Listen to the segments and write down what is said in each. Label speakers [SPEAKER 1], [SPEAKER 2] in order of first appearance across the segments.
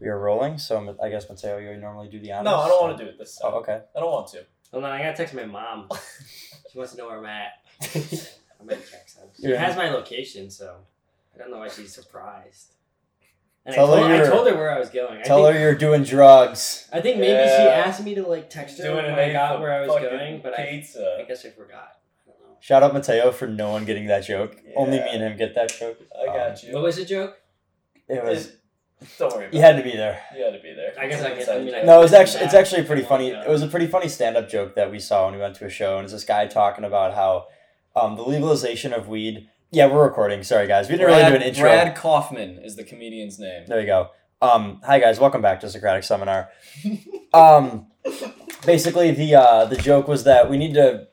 [SPEAKER 1] We are rolling, so I'm- I guess Mateo, you normally do the honors.
[SPEAKER 2] No, I don't want to do it this time.
[SPEAKER 1] Oh, okay.
[SPEAKER 2] I don't want to.
[SPEAKER 3] Hold on, I gotta text my mom. She wants to know where I'm at. I'm at Jackson. She
[SPEAKER 1] Yeah.
[SPEAKER 3] has my location, so I don't know why she's surprised. And
[SPEAKER 1] Tell
[SPEAKER 3] I, told,
[SPEAKER 1] her
[SPEAKER 3] I
[SPEAKER 1] you're-
[SPEAKER 3] told her where I was going. I
[SPEAKER 1] Tell
[SPEAKER 3] think,
[SPEAKER 1] her you're doing drugs.
[SPEAKER 3] I think maybe she
[SPEAKER 2] Yeah.
[SPEAKER 3] asked me to like text her
[SPEAKER 2] Doing
[SPEAKER 3] when
[SPEAKER 2] an
[SPEAKER 3] I
[SPEAKER 2] eighth
[SPEAKER 3] got
[SPEAKER 2] of
[SPEAKER 3] where I was
[SPEAKER 2] fucking
[SPEAKER 3] going, but I, I
[SPEAKER 2] pizza.
[SPEAKER 3] guess I forgot. I don't know.
[SPEAKER 1] Shout out Mateo for no one getting that joke. Only me
[SPEAKER 2] Yeah.
[SPEAKER 1] and him get that joke.
[SPEAKER 3] Um,
[SPEAKER 2] I got you.
[SPEAKER 3] What was the joke?
[SPEAKER 1] It was.
[SPEAKER 2] Don't worry about
[SPEAKER 1] You
[SPEAKER 2] it.
[SPEAKER 1] had to be there.
[SPEAKER 2] You had to be there.
[SPEAKER 3] I
[SPEAKER 2] It's
[SPEAKER 3] guess
[SPEAKER 2] an
[SPEAKER 3] I get-
[SPEAKER 2] inside
[SPEAKER 3] I mean, I-
[SPEAKER 2] joke.
[SPEAKER 1] No, it was actually it's actually pretty funny. It was a pretty funny stand up joke that we saw when we went to a show, and it's this guy talking about how um, the legalization of weed. Yeah, we're recording. Sorry, guys, we didn't really do an intro.
[SPEAKER 4] Brad Kaufman is the comedian's name.
[SPEAKER 1] There you go. Um, hi guys, welcome back to Socratic Seminar. um, basically, the uh, the joke was that we need to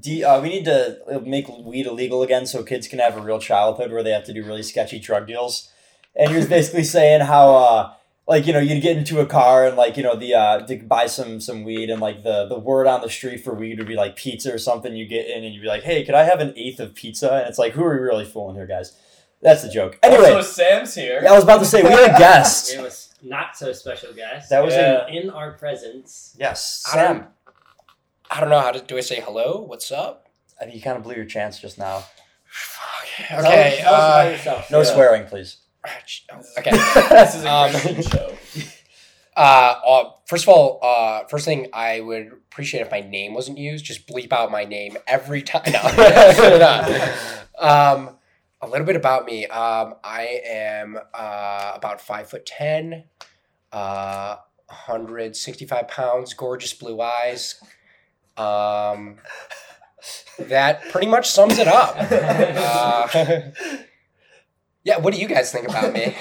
[SPEAKER 1] de- uh, we need to make weed illegal again so kids can have a real childhood where they have to do really sketchy drug deals. And he was basically saying how uh, like you know you'd get into a car and like you know the uh, to buy some some weed and like the the word on the street for weed would be like pizza or something. You get in and you'd be like, hey, could I have an eighth of pizza? And it's like, who are we really fooling here, guys? That's the joke. Anyway.
[SPEAKER 2] Also, Sam's here.
[SPEAKER 1] I was about to say we had a guest.
[SPEAKER 3] It was not so special, guys.
[SPEAKER 1] That was
[SPEAKER 2] Yeah.
[SPEAKER 1] a
[SPEAKER 3] in our presence.
[SPEAKER 1] yes,
[SPEAKER 5] I don't-
[SPEAKER 1] Sam.
[SPEAKER 5] I don't know how to do I say hello? What's up?
[SPEAKER 1] I think you kind of blew your chance just now.
[SPEAKER 5] Fuck.
[SPEAKER 3] Tell-
[SPEAKER 5] Okay.
[SPEAKER 3] tell us about
[SPEAKER 5] uh,
[SPEAKER 3] yourself.
[SPEAKER 1] No
[SPEAKER 2] Yeah.
[SPEAKER 1] swearing, please.
[SPEAKER 5] okay.
[SPEAKER 2] this is a
[SPEAKER 5] Um,
[SPEAKER 2] Christian show.
[SPEAKER 5] Uh, uh, first of all, uh, first thing I would appreciate if my name wasn't used. Just bleep out my name every time. No. um, a little bit about me. Um, I am uh, about five foot ten, uh, 165 pounds, gorgeous blue eyes. Um, that pretty much sums it up. Uh, yeah, what do you guys think about me?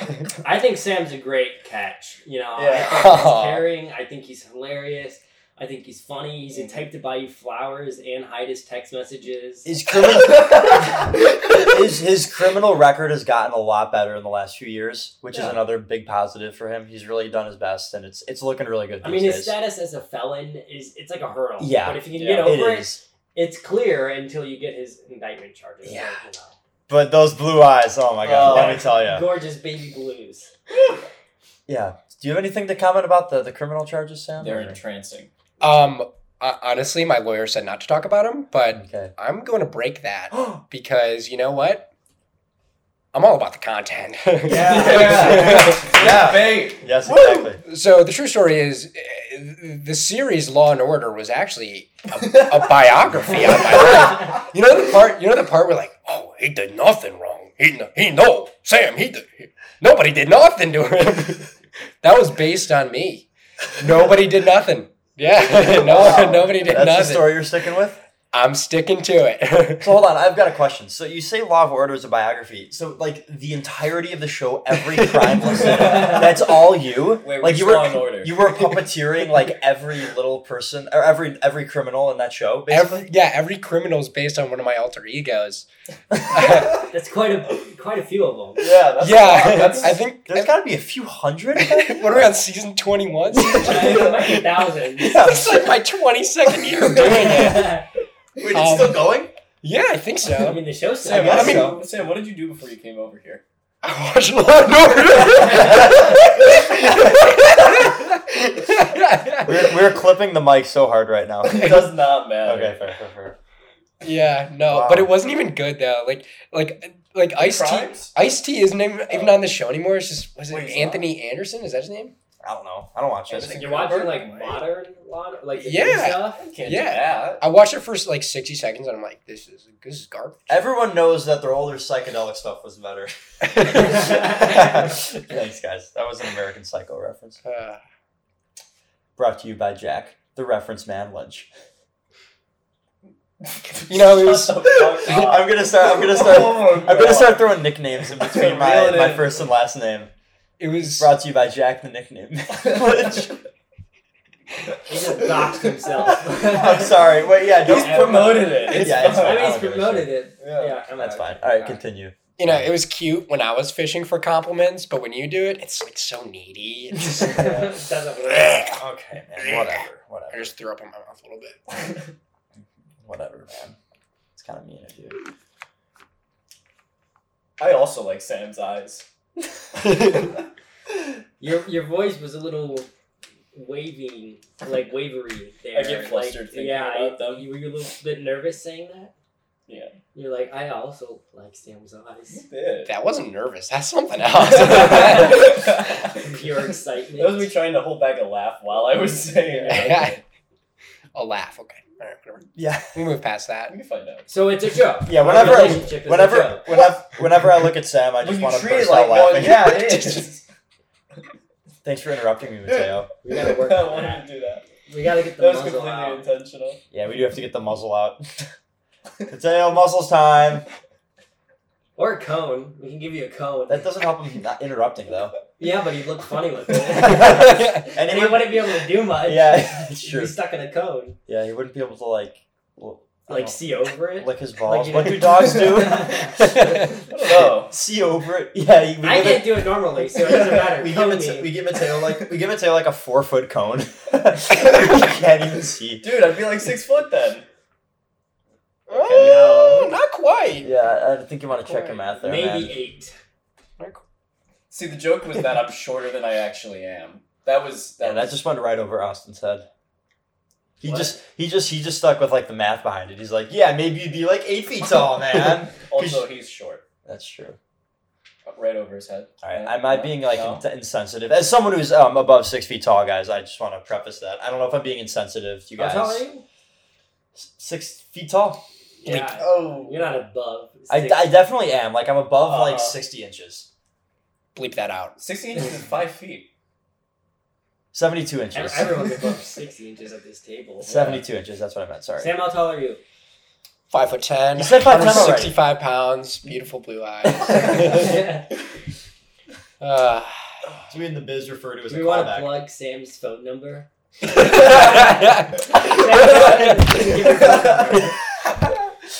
[SPEAKER 3] I think Sam's a great catch. You know,
[SPEAKER 2] Yeah.
[SPEAKER 3] I think he's caring. I think he's hilarious. I think he's funny. He's the type to buy you flowers and hide his text messages.
[SPEAKER 1] His criminal, his, his criminal record has gotten a lot better in the last few years, which is
[SPEAKER 2] Yeah.
[SPEAKER 1] another big positive for him. He's really done his best, and it's it's looking really good.
[SPEAKER 3] I
[SPEAKER 1] These
[SPEAKER 3] mean, his
[SPEAKER 1] days.
[SPEAKER 3] status as a felon is it's like a hurdle.
[SPEAKER 1] Yeah.
[SPEAKER 3] But if you can
[SPEAKER 2] Yeah.
[SPEAKER 3] get over
[SPEAKER 1] it
[SPEAKER 3] it,
[SPEAKER 1] is.
[SPEAKER 3] it's clear until you get his indictment charges.
[SPEAKER 5] Yeah.
[SPEAKER 3] you know.
[SPEAKER 1] But those blue eyes, oh my god,
[SPEAKER 2] Oh.
[SPEAKER 1] let me tell you.
[SPEAKER 3] Gorgeous baby blues.
[SPEAKER 1] Yeah. Do you have anything to comment about the, the criminal charges, Sam?
[SPEAKER 2] They're
[SPEAKER 1] or-
[SPEAKER 2] entrancing.
[SPEAKER 5] Um, uh, honestly, my lawyer said not to talk about him, but
[SPEAKER 1] okay.
[SPEAKER 5] I'm going to break that because you know what? I'm all about the content.
[SPEAKER 1] Yeah.
[SPEAKER 2] Bait.
[SPEAKER 1] Yes,
[SPEAKER 5] Woo!
[SPEAKER 1] exactly.
[SPEAKER 5] So the true story is, uh, the series Law and Order was actually a biography on my life. You know the part. You know the part where like, oh, he did nothing wrong. He kn- he no Sam. He did. he- nobody did nothing to him. that was based on me. Nobody did nothing. Yeah, no,
[SPEAKER 2] Wow.
[SPEAKER 5] nobody did
[SPEAKER 1] That's the
[SPEAKER 5] nothing.
[SPEAKER 1] story you're sticking with?
[SPEAKER 5] I'm sticking to it.
[SPEAKER 1] So hold on, I've got a question. So you say Law of Order is a biography. So like the entirety of the show, every crime listed, that's all you.
[SPEAKER 2] Wait,
[SPEAKER 1] Like
[SPEAKER 2] which
[SPEAKER 1] you were
[SPEAKER 2] Law and Order?
[SPEAKER 1] you were puppeteering like every little person or every every criminal in that show. Basically,
[SPEAKER 5] every, yeah, every criminal is based on one of my alter egos.
[SPEAKER 3] That's quite a quite a few of them.
[SPEAKER 1] yeah, that's
[SPEAKER 5] yeah,
[SPEAKER 1] a lot. That's-
[SPEAKER 5] I think.
[SPEAKER 1] there's got to be a few hundred. of that.
[SPEAKER 5] what are we on season twenty one?
[SPEAKER 3] It might
[SPEAKER 5] This
[SPEAKER 3] be thousands.
[SPEAKER 5] is like my twenty second year doing it.
[SPEAKER 3] I
[SPEAKER 1] Wait, it's
[SPEAKER 5] Um,
[SPEAKER 1] still going?
[SPEAKER 5] Yeah, I think so.
[SPEAKER 3] mean, the show's
[SPEAKER 2] Sam,
[SPEAKER 1] I
[SPEAKER 2] what,
[SPEAKER 1] guess
[SPEAKER 2] did-
[SPEAKER 1] so.
[SPEAKER 2] Sam, what did you do before you came over here?
[SPEAKER 5] I watch Law and Order.
[SPEAKER 1] We're, we're clipping the mic so hard right now.
[SPEAKER 2] It does not matter.
[SPEAKER 1] Okay, fair, fair, fair.
[SPEAKER 5] yeah, no,
[SPEAKER 1] Wow.
[SPEAKER 5] but it wasn't even good though. Like, like, like Ice T.
[SPEAKER 2] Crimes?
[SPEAKER 5] Ice T isn't even, even on the show anymore. It's just was it
[SPEAKER 2] Wait, he's not?
[SPEAKER 5] Anthony Anderson? Is that his name?
[SPEAKER 1] I don't know. I don't watch
[SPEAKER 2] Anderson
[SPEAKER 1] this.
[SPEAKER 3] You're watching like modern law, like the new
[SPEAKER 5] Yeah.
[SPEAKER 3] stuff.
[SPEAKER 2] Can't
[SPEAKER 5] Yeah.
[SPEAKER 2] do that.
[SPEAKER 5] I watched it for like sixty seconds and I'm like, this is this is garbage.
[SPEAKER 1] Everyone knows that their older psychedelic stuff was better. Thanks, guys. That was an American Psycho reference.
[SPEAKER 5] Uh,
[SPEAKER 1] Brought to you by Jack, the reference man lunch.
[SPEAKER 5] you know, it was.
[SPEAKER 2] Shut the fuck up.
[SPEAKER 1] I'm gonna start. I'm gonna start.
[SPEAKER 2] Oh my
[SPEAKER 1] I'm gonna
[SPEAKER 2] God.
[SPEAKER 1] start throwing nicknames in between
[SPEAKER 2] Reel
[SPEAKER 1] my,
[SPEAKER 2] it
[SPEAKER 1] my
[SPEAKER 2] in.
[SPEAKER 1] first and last name.
[SPEAKER 5] It was.
[SPEAKER 1] Brought to you by Jack, the nickname. lunch.
[SPEAKER 3] He just doxed himself.
[SPEAKER 1] I'm sorry. Wait, yeah,
[SPEAKER 2] He's
[SPEAKER 1] don't put my-
[SPEAKER 2] promoted it. It's
[SPEAKER 1] Yeah, it's
[SPEAKER 2] fine.
[SPEAKER 3] I
[SPEAKER 1] I don't
[SPEAKER 3] mean, Oh, he's
[SPEAKER 1] give a
[SPEAKER 3] promoted it.
[SPEAKER 2] Yeah.
[SPEAKER 3] Yeah, I'm
[SPEAKER 1] That's
[SPEAKER 3] out.
[SPEAKER 1] fine. All right,
[SPEAKER 3] Alright.
[SPEAKER 1] continue.
[SPEAKER 5] You know, it was cute when I was fishing for compliments, but when you do it, it's like so needy. It's just-
[SPEAKER 3] Doesn't work.
[SPEAKER 1] Okay, man. Whatever.
[SPEAKER 5] I
[SPEAKER 1] Whatever.
[SPEAKER 5] just threw up in my mouth a little bit.
[SPEAKER 1] Whatever, man. It's kind of mean of you.
[SPEAKER 2] I also like Sam's eyes.
[SPEAKER 3] Your your voice was a little waving, like wavery there.
[SPEAKER 2] I get flustered
[SPEAKER 3] like,
[SPEAKER 2] thinking
[SPEAKER 3] yeah,
[SPEAKER 2] about
[SPEAKER 3] I-
[SPEAKER 2] them.
[SPEAKER 3] You were you a little bit nervous saying that.
[SPEAKER 2] Yeah.
[SPEAKER 3] You're like, I also like Sam's eyes.
[SPEAKER 2] That
[SPEAKER 5] That wasn't nervous. That's something else.
[SPEAKER 2] was
[SPEAKER 3] Pure excitement.
[SPEAKER 2] me trying to hold back a laugh while I was saying it.
[SPEAKER 5] a laugh. Okay. All right, whatever.
[SPEAKER 1] Yeah.
[SPEAKER 5] We move past that.
[SPEAKER 2] We can find out.
[SPEAKER 3] so it's a joke.
[SPEAKER 1] Yeah,
[SPEAKER 3] Our
[SPEAKER 1] whenever I-
[SPEAKER 3] relationship is a
[SPEAKER 1] Whenever,
[SPEAKER 3] joke.
[SPEAKER 1] whenever, whenever I look at Sam, I
[SPEAKER 2] Well,
[SPEAKER 1] just
[SPEAKER 2] you
[SPEAKER 1] want to
[SPEAKER 2] treat it
[SPEAKER 1] burst
[SPEAKER 2] like
[SPEAKER 1] out
[SPEAKER 2] one-
[SPEAKER 1] laughing.
[SPEAKER 2] Yeah, it is.
[SPEAKER 1] Thanks for interrupting me, Mateo.
[SPEAKER 3] we gotta work
[SPEAKER 2] I
[SPEAKER 3] on
[SPEAKER 2] wanted
[SPEAKER 3] that.
[SPEAKER 2] to do that.
[SPEAKER 3] We gotta get the
[SPEAKER 2] That was
[SPEAKER 3] muzzle
[SPEAKER 2] completely
[SPEAKER 3] out.
[SPEAKER 2] intentional.
[SPEAKER 1] Yeah, we do have to get the muzzle out. Mateo, muzzles time.
[SPEAKER 3] Or a cone. We can give you a cone.
[SPEAKER 1] That doesn't help him not interrupting though.
[SPEAKER 3] yeah, but he looked funny with it.
[SPEAKER 1] and
[SPEAKER 3] and he wouldn't be able to do much.
[SPEAKER 1] Yeah, it's
[SPEAKER 3] He'd
[SPEAKER 1] true.
[SPEAKER 3] be stuck in a cone.
[SPEAKER 1] Yeah, he wouldn't be able to like, l- I
[SPEAKER 3] Like, see over
[SPEAKER 1] don't
[SPEAKER 3] it.
[SPEAKER 1] know, lick his balls.
[SPEAKER 3] you-
[SPEAKER 1] what do dogs do?
[SPEAKER 2] I don't know.
[SPEAKER 1] See over it. Yeah, he- we
[SPEAKER 3] I
[SPEAKER 1] give
[SPEAKER 3] can't do it normally, so it doesn't matter.
[SPEAKER 1] it. We give,
[SPEAKER 3] Cone
[SPEAKER 1] Mate-
[SPEAKER 3] me.
[SPEAKER 1] we give Mateo like we give Mateo like a four foot cone. he can't even see.
[SPEAKER 2] Dude, I'd be like six foot then.
[SPEAKER 5] Oh, not quite.
[SPEAKER 1] Yeah, I think you want to check him out there,
[SPEAKER 3] Maybe
[SPEAKER 1] man.
[SPEAKER 3] eight.
[SPEAKER 2] See, the joke was that I'm shorter than I actually am. That was that
[SPEAKER 1] And that
[SPEAKER 2] was
[SPEAKER 1] just went right over Austin's head. He
[SPEAKER 3] What?
[SPEAKER 1] just he just he just stuck with like the math behind it. He's like, yeah, maybe you'd be like eight feet tall, man.
[SPEAKER 2] also he's short,
[SPEAKER 1] That's true.
[SPEAKER 2] right over his head.
[SPEAKER 1] All right,
[SPEAKER 2] Yeah.
[SPEAKER 1] am I being like
[SPEAKER 2] No.
[SPEAKER 1] ins- insensitive? As someone who's um above six feet tall, guys, I just want to preface that. I don't know if I'm being insensitive. You guys,
[SPEAKER 3] How tall are you?
[SPEAKER 1] S- six feet tall.
[SPEAKER 3] Yeah.
[SPEAKER 2] Oh,
[SPEAKER 3] You're not above.
[SPEAKER 1] I,
[SPEAKER 3] six.
[SPEAKER 1] I definitely am. Like I'm above like
[SPEAKER 2] Uh-huh.
[SPEAKER 1] sixty inches,
[SPEAKER 5] Bleep that out.
[SPEAKER 2] sixteen inches is five feet.
[SPEAKER 1] seventy two
[SPEAKER 3] Ev-
[SPEAKER 1] inches,
[SPEAKER 3] Everyone's above 60 inches at this table.
[SPEAKER 1] seventy two inches. That's what I meant. Sorry.
[SPEAKER 3] Sam, how tall are you?
[SPEAKER 5] Five foot ten.
[SPEAKER 1] You said 5'10" already.
[SPEAKER 5] 165 pounds. Beautiful blue eyes.
[SPEAKER 3] Do
[SPEAKER 5] uh,
[SPEAKER 1] It's we in the biz refer to as a
[SPEAKER 3] we want to
[SPEAKER 1] callback.
[SPEAKER 3] plug Sam's phone number?
[SPEAKER 5] yeah,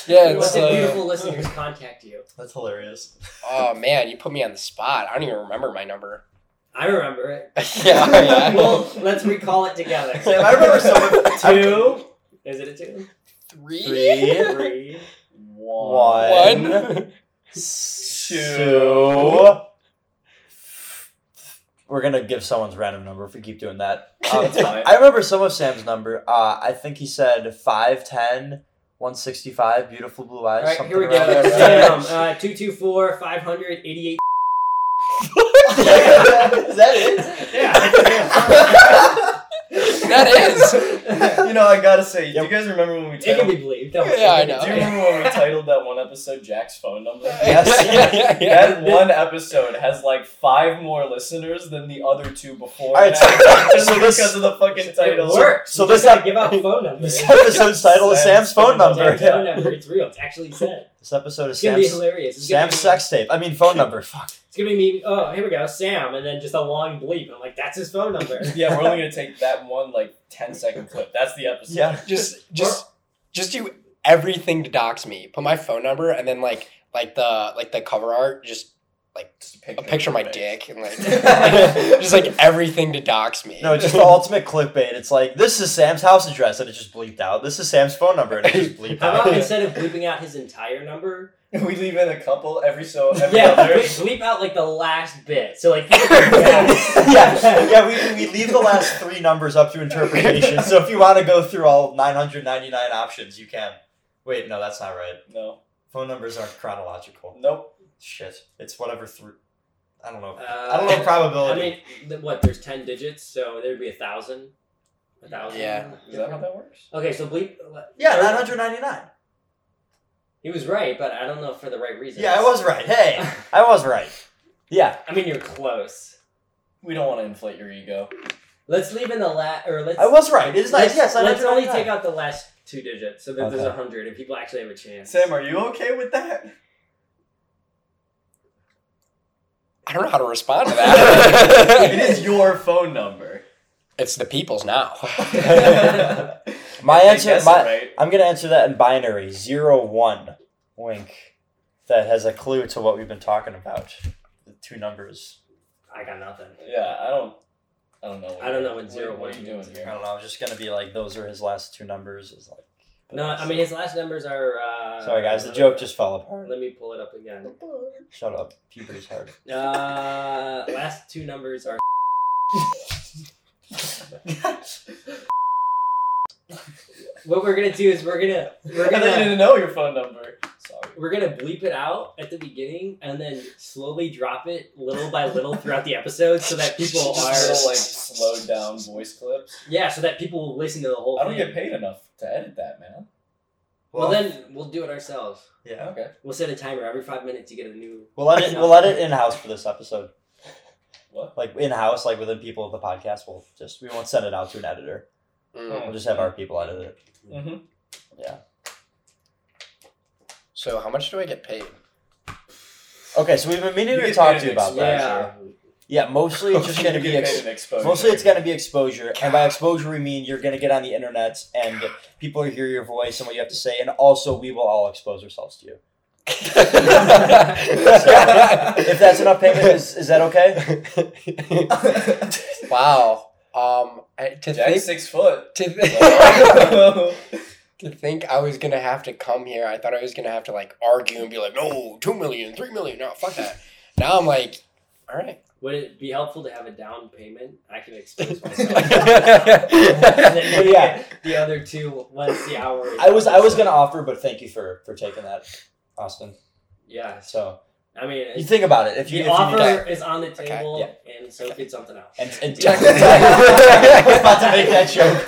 [SPEAKER 3] we want
[SPEAKER 5] it's
[SPEAKER 3] the
[SPEAKER 5] uh,
[SPEAKER 3] beautiful listeners to contact you.
[SPEAKER 1] That's hilarious.
[SPEAKER 5] oh man, you put me on the spot. I don't even remember my number.
[SPEAKER 3] I remember it.
[SPEAKER 5] yeah, yeah.
[SPEAKER 3] well, let's recall it together.
[SPEAKER 1] Sam, I remember so much.
[SPEAKER 3] Two. Is it a two?
[SPEAKER 5] three,
[SPEAKER 1] Three.
[SPEAKER 3] Three.
[SPEAKER 2] One.
[SPEAKER 5] one.
[SPEAKER 1] Two. We're gonna give someone's random number if we keep doing that. Um,
[SPEAKER 2] That's fine.
[SPEAKER 1] I remember some of Sam's number. Uh, I think he said 5'10", 165, beautiful blue eyes.
[SPEAKER 3] All right,
[SPEAKER 1] something
[SPEAKER 3] here we go.
[SPEAKER 1] around
[SPEAKER 2] that, right?
[SPEAKER 1] there.
[SPEAKER 3] Sam, uh, 224 588.
[SPEAKER 1] Is that it?
[SPEAKER 5] that is.
[SPEAKER 2] you know, I gotta say, do
[SPEAKER 1] Yep.
[SPEAKER 2] you guys remember when we
[SPEAKER 3] It can
[SPEAKER 2] titled?
[SPEAKER 3] be believed. Don't
[SPEAKER 5] Yeah, I
[SPEAKER 2] do
[SPEAKER 5] know.
[SPEAKER 2] you remember when we titled that one episode Jack's phone number?
[SPEAKER 1] Yes.
[SPEAKER 5] yeah, yeah, yeah.
[SPEAKER 2] That one episode has like five more listeners than the other two before.
[SPEAKER 1] All right,
[SPEAKER 2] that,
[SPEAKER 1] so-
[SPEAKER 2] just
[SPEAKER 1] so
[SPEAKER 2] because
[SPEAKER 1] this-
[SPEAKER 2] of the fucking
[SPEAKER 3] It
[SPEAKER 2] title.
[SPEAKER 3] works.
[SPEAKER 1] So
[SPEAKER 3] You
[SPEAKER 1] this
[SPEAKER 3] just gotta
[SPEAKER 1] ep-
[SPEAKER 3] give out phone numbers.
[SPEAKER 1] This episode's title is Sam's phone number.
[SPEAKER 3] Sam's phone number. It's real. It's actually said.
[SPEAKER 1] This episode is
[SPEAKER 3] It's gonna be
[SPEAKER 1] Sam's,
[SPEAKER 3] hilarious. It's gonna
[SPEAKER 1] Sam's sex tape. I mean, phone number. Fuck.
[SPEAKER 3] Be, it's gonna be me. Oh, here we go, Sam, and then just a long bleep. I'm like, that's his phone number.
[SPEAKER 2] Yeah, we're only gonna take that one like 10 second clip. That's the episode.
[SPEAKER 1] Yeah.
[SPEAKER 5] Just, just, just do everything to dox me. Put my phone number and then like, like the like the cover art. Just
[SPEAKER 2] Just
[SPEAKER 5] a
[SPEAKER 2] picture,
[SPEAKER 5] picture of my
[SPEAKER 2] face.
[SPEAKER 5] dick and like, just like everything to dox me.
[SPEAKER 1] No, just the ultimate clickbait. It's like, this is Sam's house address, and it just bleeped out. This is Sam's phone number, and it just bleeped
[SPEAKER 3] How
[SPEAKER 1] out.
[SPEAKER 3] about instead of bleeping out his entire number,
[SPEAKER 2] We leave in a couple every so every
[SPEAKER 3] yeah,
[SPEAKER 2] other.
[SPEAKER 3] bleep, bleep out like the last bit. So like,
[SPEAKER 1] yeah, yeah. We, we leave the last three numbers up to interpretation. So if you want to go through all 999 options, you can. Wait, no, that's not right.
[SPEAKER 2] No.
[SPEAKER 1] Phone numbers aren't chronological.
[SPEAKER 2] Nope.
[SPEAKER 1] Shit, it's whatever three. I don't know.
[SPEAKER 3] Uh,
[SPEAKER 1] I don't know
[SPEAKER 3] I
[SPEAKER 1] probability.
[SPEAKER 3] mean, th- what? There's ten digits, so there'd be a thousand. A thousand.
[SPEAKER 5] Yeah.
[SPEAKER 2] Is that how that works?
[SPEAKER 3] Okay, so bleep.
[SPEAKER 1] yeah, 999.
[SPEAKER 3] He was right, but I don't know for the right reason.
[SPEAKER 1] Yeah, I was right. Hey, I was right. Yeah,
[SPEAKER 3] I mean, you're close.
[SPEAKER 2] We don't want to inflate your ego.
[SPEAKER 3] Let's leave in the last, or let's.
[SPEAKER 1] I was right. It is nice. Yes,
[SPEAKER 3] Let's, let's only
[SPEAKER 1] 999.
[SPEAKER 3] take out the last two digits so that there's
[SPEAKER 1] Okay.
[SPEAKER 3] a hundred and people actually have a chance.
[SPEAKER 2] Sam, are you okay with that?
[SPEAKER 5] I don't know how to respond to
[SPEAKER 2] it
[SPEAKER 5] that.
[SPEAKER 2] is your phone number.
[SPEAKER 5] it's the people's now.
[SPEAKER 1] My
[SPEAKER 2] They
[SPEAKER 1] answer,
[SPEAKER 2] guess it,
[SPEAKER 1] my,
[SPEAKER 2] right?
[SPEAKER 1] I'm gonna answer that in binary zero one, wink. That has a clue to what we've been talking about. The two numbers.
[SPEAKER 3] I got nothing.
[SPEAKER 2] Yeah, I don't. I don't know.
[SPEAKER 3] I don't know what zero
[SPEAKER 2] What are you
[SPEAKER 3] one
[SPEAKER 2] doing
[SPEAKER 3] means.
[SPEAKER 1] I
[SPEAKER 2] here?
[SPEAKER 1] don't know. I was just gonna be like, those are his last two numbers. It's like
[SPEAKER 3] No, I mean his last numbers are. Uh,
[SPEAKER 1] Sorry, guys. The joke just fell apart.
[SPEAKER 3] Let me pull it up again.
[SPEAKER 1] Shut up. Puberty's hard.
[SPEAKER 3] Uh, last two numbers are. What we're gonna do is we're gonna we're
[SPEAKER 2] I thought you
[SPEAKER 3] gonna
[SPEAKER 2] didn't know your phone number. Sorry.
[SPEAKER 3] we're gonna bleep it out at the beginning and then slowly drop it little by little throughout the episode so that people
[SPEAKER 2] Just
[SPEAKER 3] are
[SPEAKER 2] little, like slowed down voice clips.
[SPEAKER 3] yeah so that people will listen to the whole
[SPEAKER 2] I don't
[SPEAKER 3] thing.
[SPEAKER 2] get paid enough to edit that, man.
[SPEAKER 3] well, then we'll do it ourselves.
[SPEAKER 1] yeah.
[SPEAKER 2] Okay.
[SPEAKER 3] We'll set a timer every five minutes. You get a new.
[SPEAKER 1] We'll edit. We'll edit in house for this episode.
[SPEAKER 2] What?
[SPEAKER 1] Like in house, like within people of the podcast, we'll just we won't send it out to an editor.
[SPEAKER 5] Mm.
[SPEAKER 1] We'll just have our people edit it.
[SPEAKER 2] Mm-hmm.
[SPEAKER 5] So how much do I get paid?
[SPEAKER 1] Okay, so we've been meaning
[SPEAKER 2] You
[SPEAKER 1] to
[SPEAKER 2] get
[SPEAKER 1] talk
[SPEAKER 2] paid
[SPEAKER 1] to you
[SPEAKER 2] an
[SPEAKER 1] about that.
[SPEAKER 3] Yeah.
[SPEAKER 1] Yeah, mostly it's just gonna be ex-
[SPEAKER 2] exposure.
[SPEAKER 1] Mostly it's going to be exposure. And by exposure, we mean you're going to get on the internet and people will hear your voice and what you have to say. And also, we will all expose ourselves to you. If that's enough payment, is, is that okay?
[SPEAKER 5] wow. Um, I, to
[SPEAKER 2] Jack's
[SPEAKER 5] think,
[SPEAKER 2] six foot.
[SPEAKER 5] to, thi-
[SPEAKER 2] So-
[SPEAKER 5] to think I was gonna have to come here. I thought I was gonna have to like argue and be like, no, two million, three million, no, fuck that. Now I'm like, all right.
[SPEAKER 3] Would it be helpful to have a down payment? I can expose myself. and then
[SPEAKER 1] But
[SPEAKER 5] yeah.
[SPEAKER 3] we
[SPEAKER 1] yeah.
[SPEAKER 3] get the other two once the hour. is
[SPEAKER 1] I was I was
[SPEAKER 3] up.
[SPEAKER 1] going to offer, but thank you for, for taking that, Austin.
[SPEAKER 3] Yeah.
[SPEAKER 1] So
[SPEAKER 3] I mean,
[SPEAKER 1] you
[SPEAKER 3] it's,
[SPEAKER 1] think about it. If you,
[SPEAKER 3] the
[SPEAKER 1] if you
[SPEAKER 3] offer
[SPEAKER 1] need to-
[SPEAKER 3] is on the
[SPEAKER 5] Okay,
[SPEAKER 3] table, and so get something else.
[SPEAKER 1] and, and
[SPEAKER 5] Jack-
[SPEAKER 1] I was about to make that joke.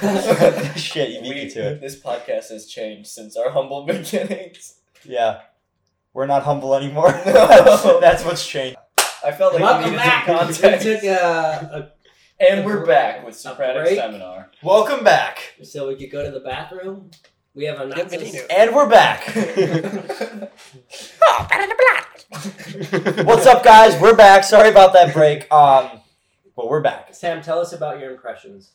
[SPEAKER 1] Shit, you beat
[SPEAKER 2] we,
[SPEAKER 1] me to it.
[SPEAKER 2] This podcast has changed since our humble beginnings.
[SPEAKER 1] Yeah. We're not humble anymore.
[SPEAKER 2] No.
[SPEAKER 1] That's what's changed.
[SPEAKER 2] I felt like we needed some context.
[SPEAKER 3] We took uh,
[SPEAKER 2] and we're back with Socratic
[SPEAKER 3] break.
[SPEAKER 2] Seminar.
[SPEAKER 1] Welcome back.
[SPEAKER 3] a, so we could go to the bathroom. We have a not so
[SPEAKER 5] Bienvenido.
[SPEAKER 1] And we're back.
[SPEAKER 5] Oh, better than black.
[SPEAKER 1] What's up, guys? We're back. Sorry about that break. Um, but we're back.
[SPEAKER 3] Sam, tell us about your impressions.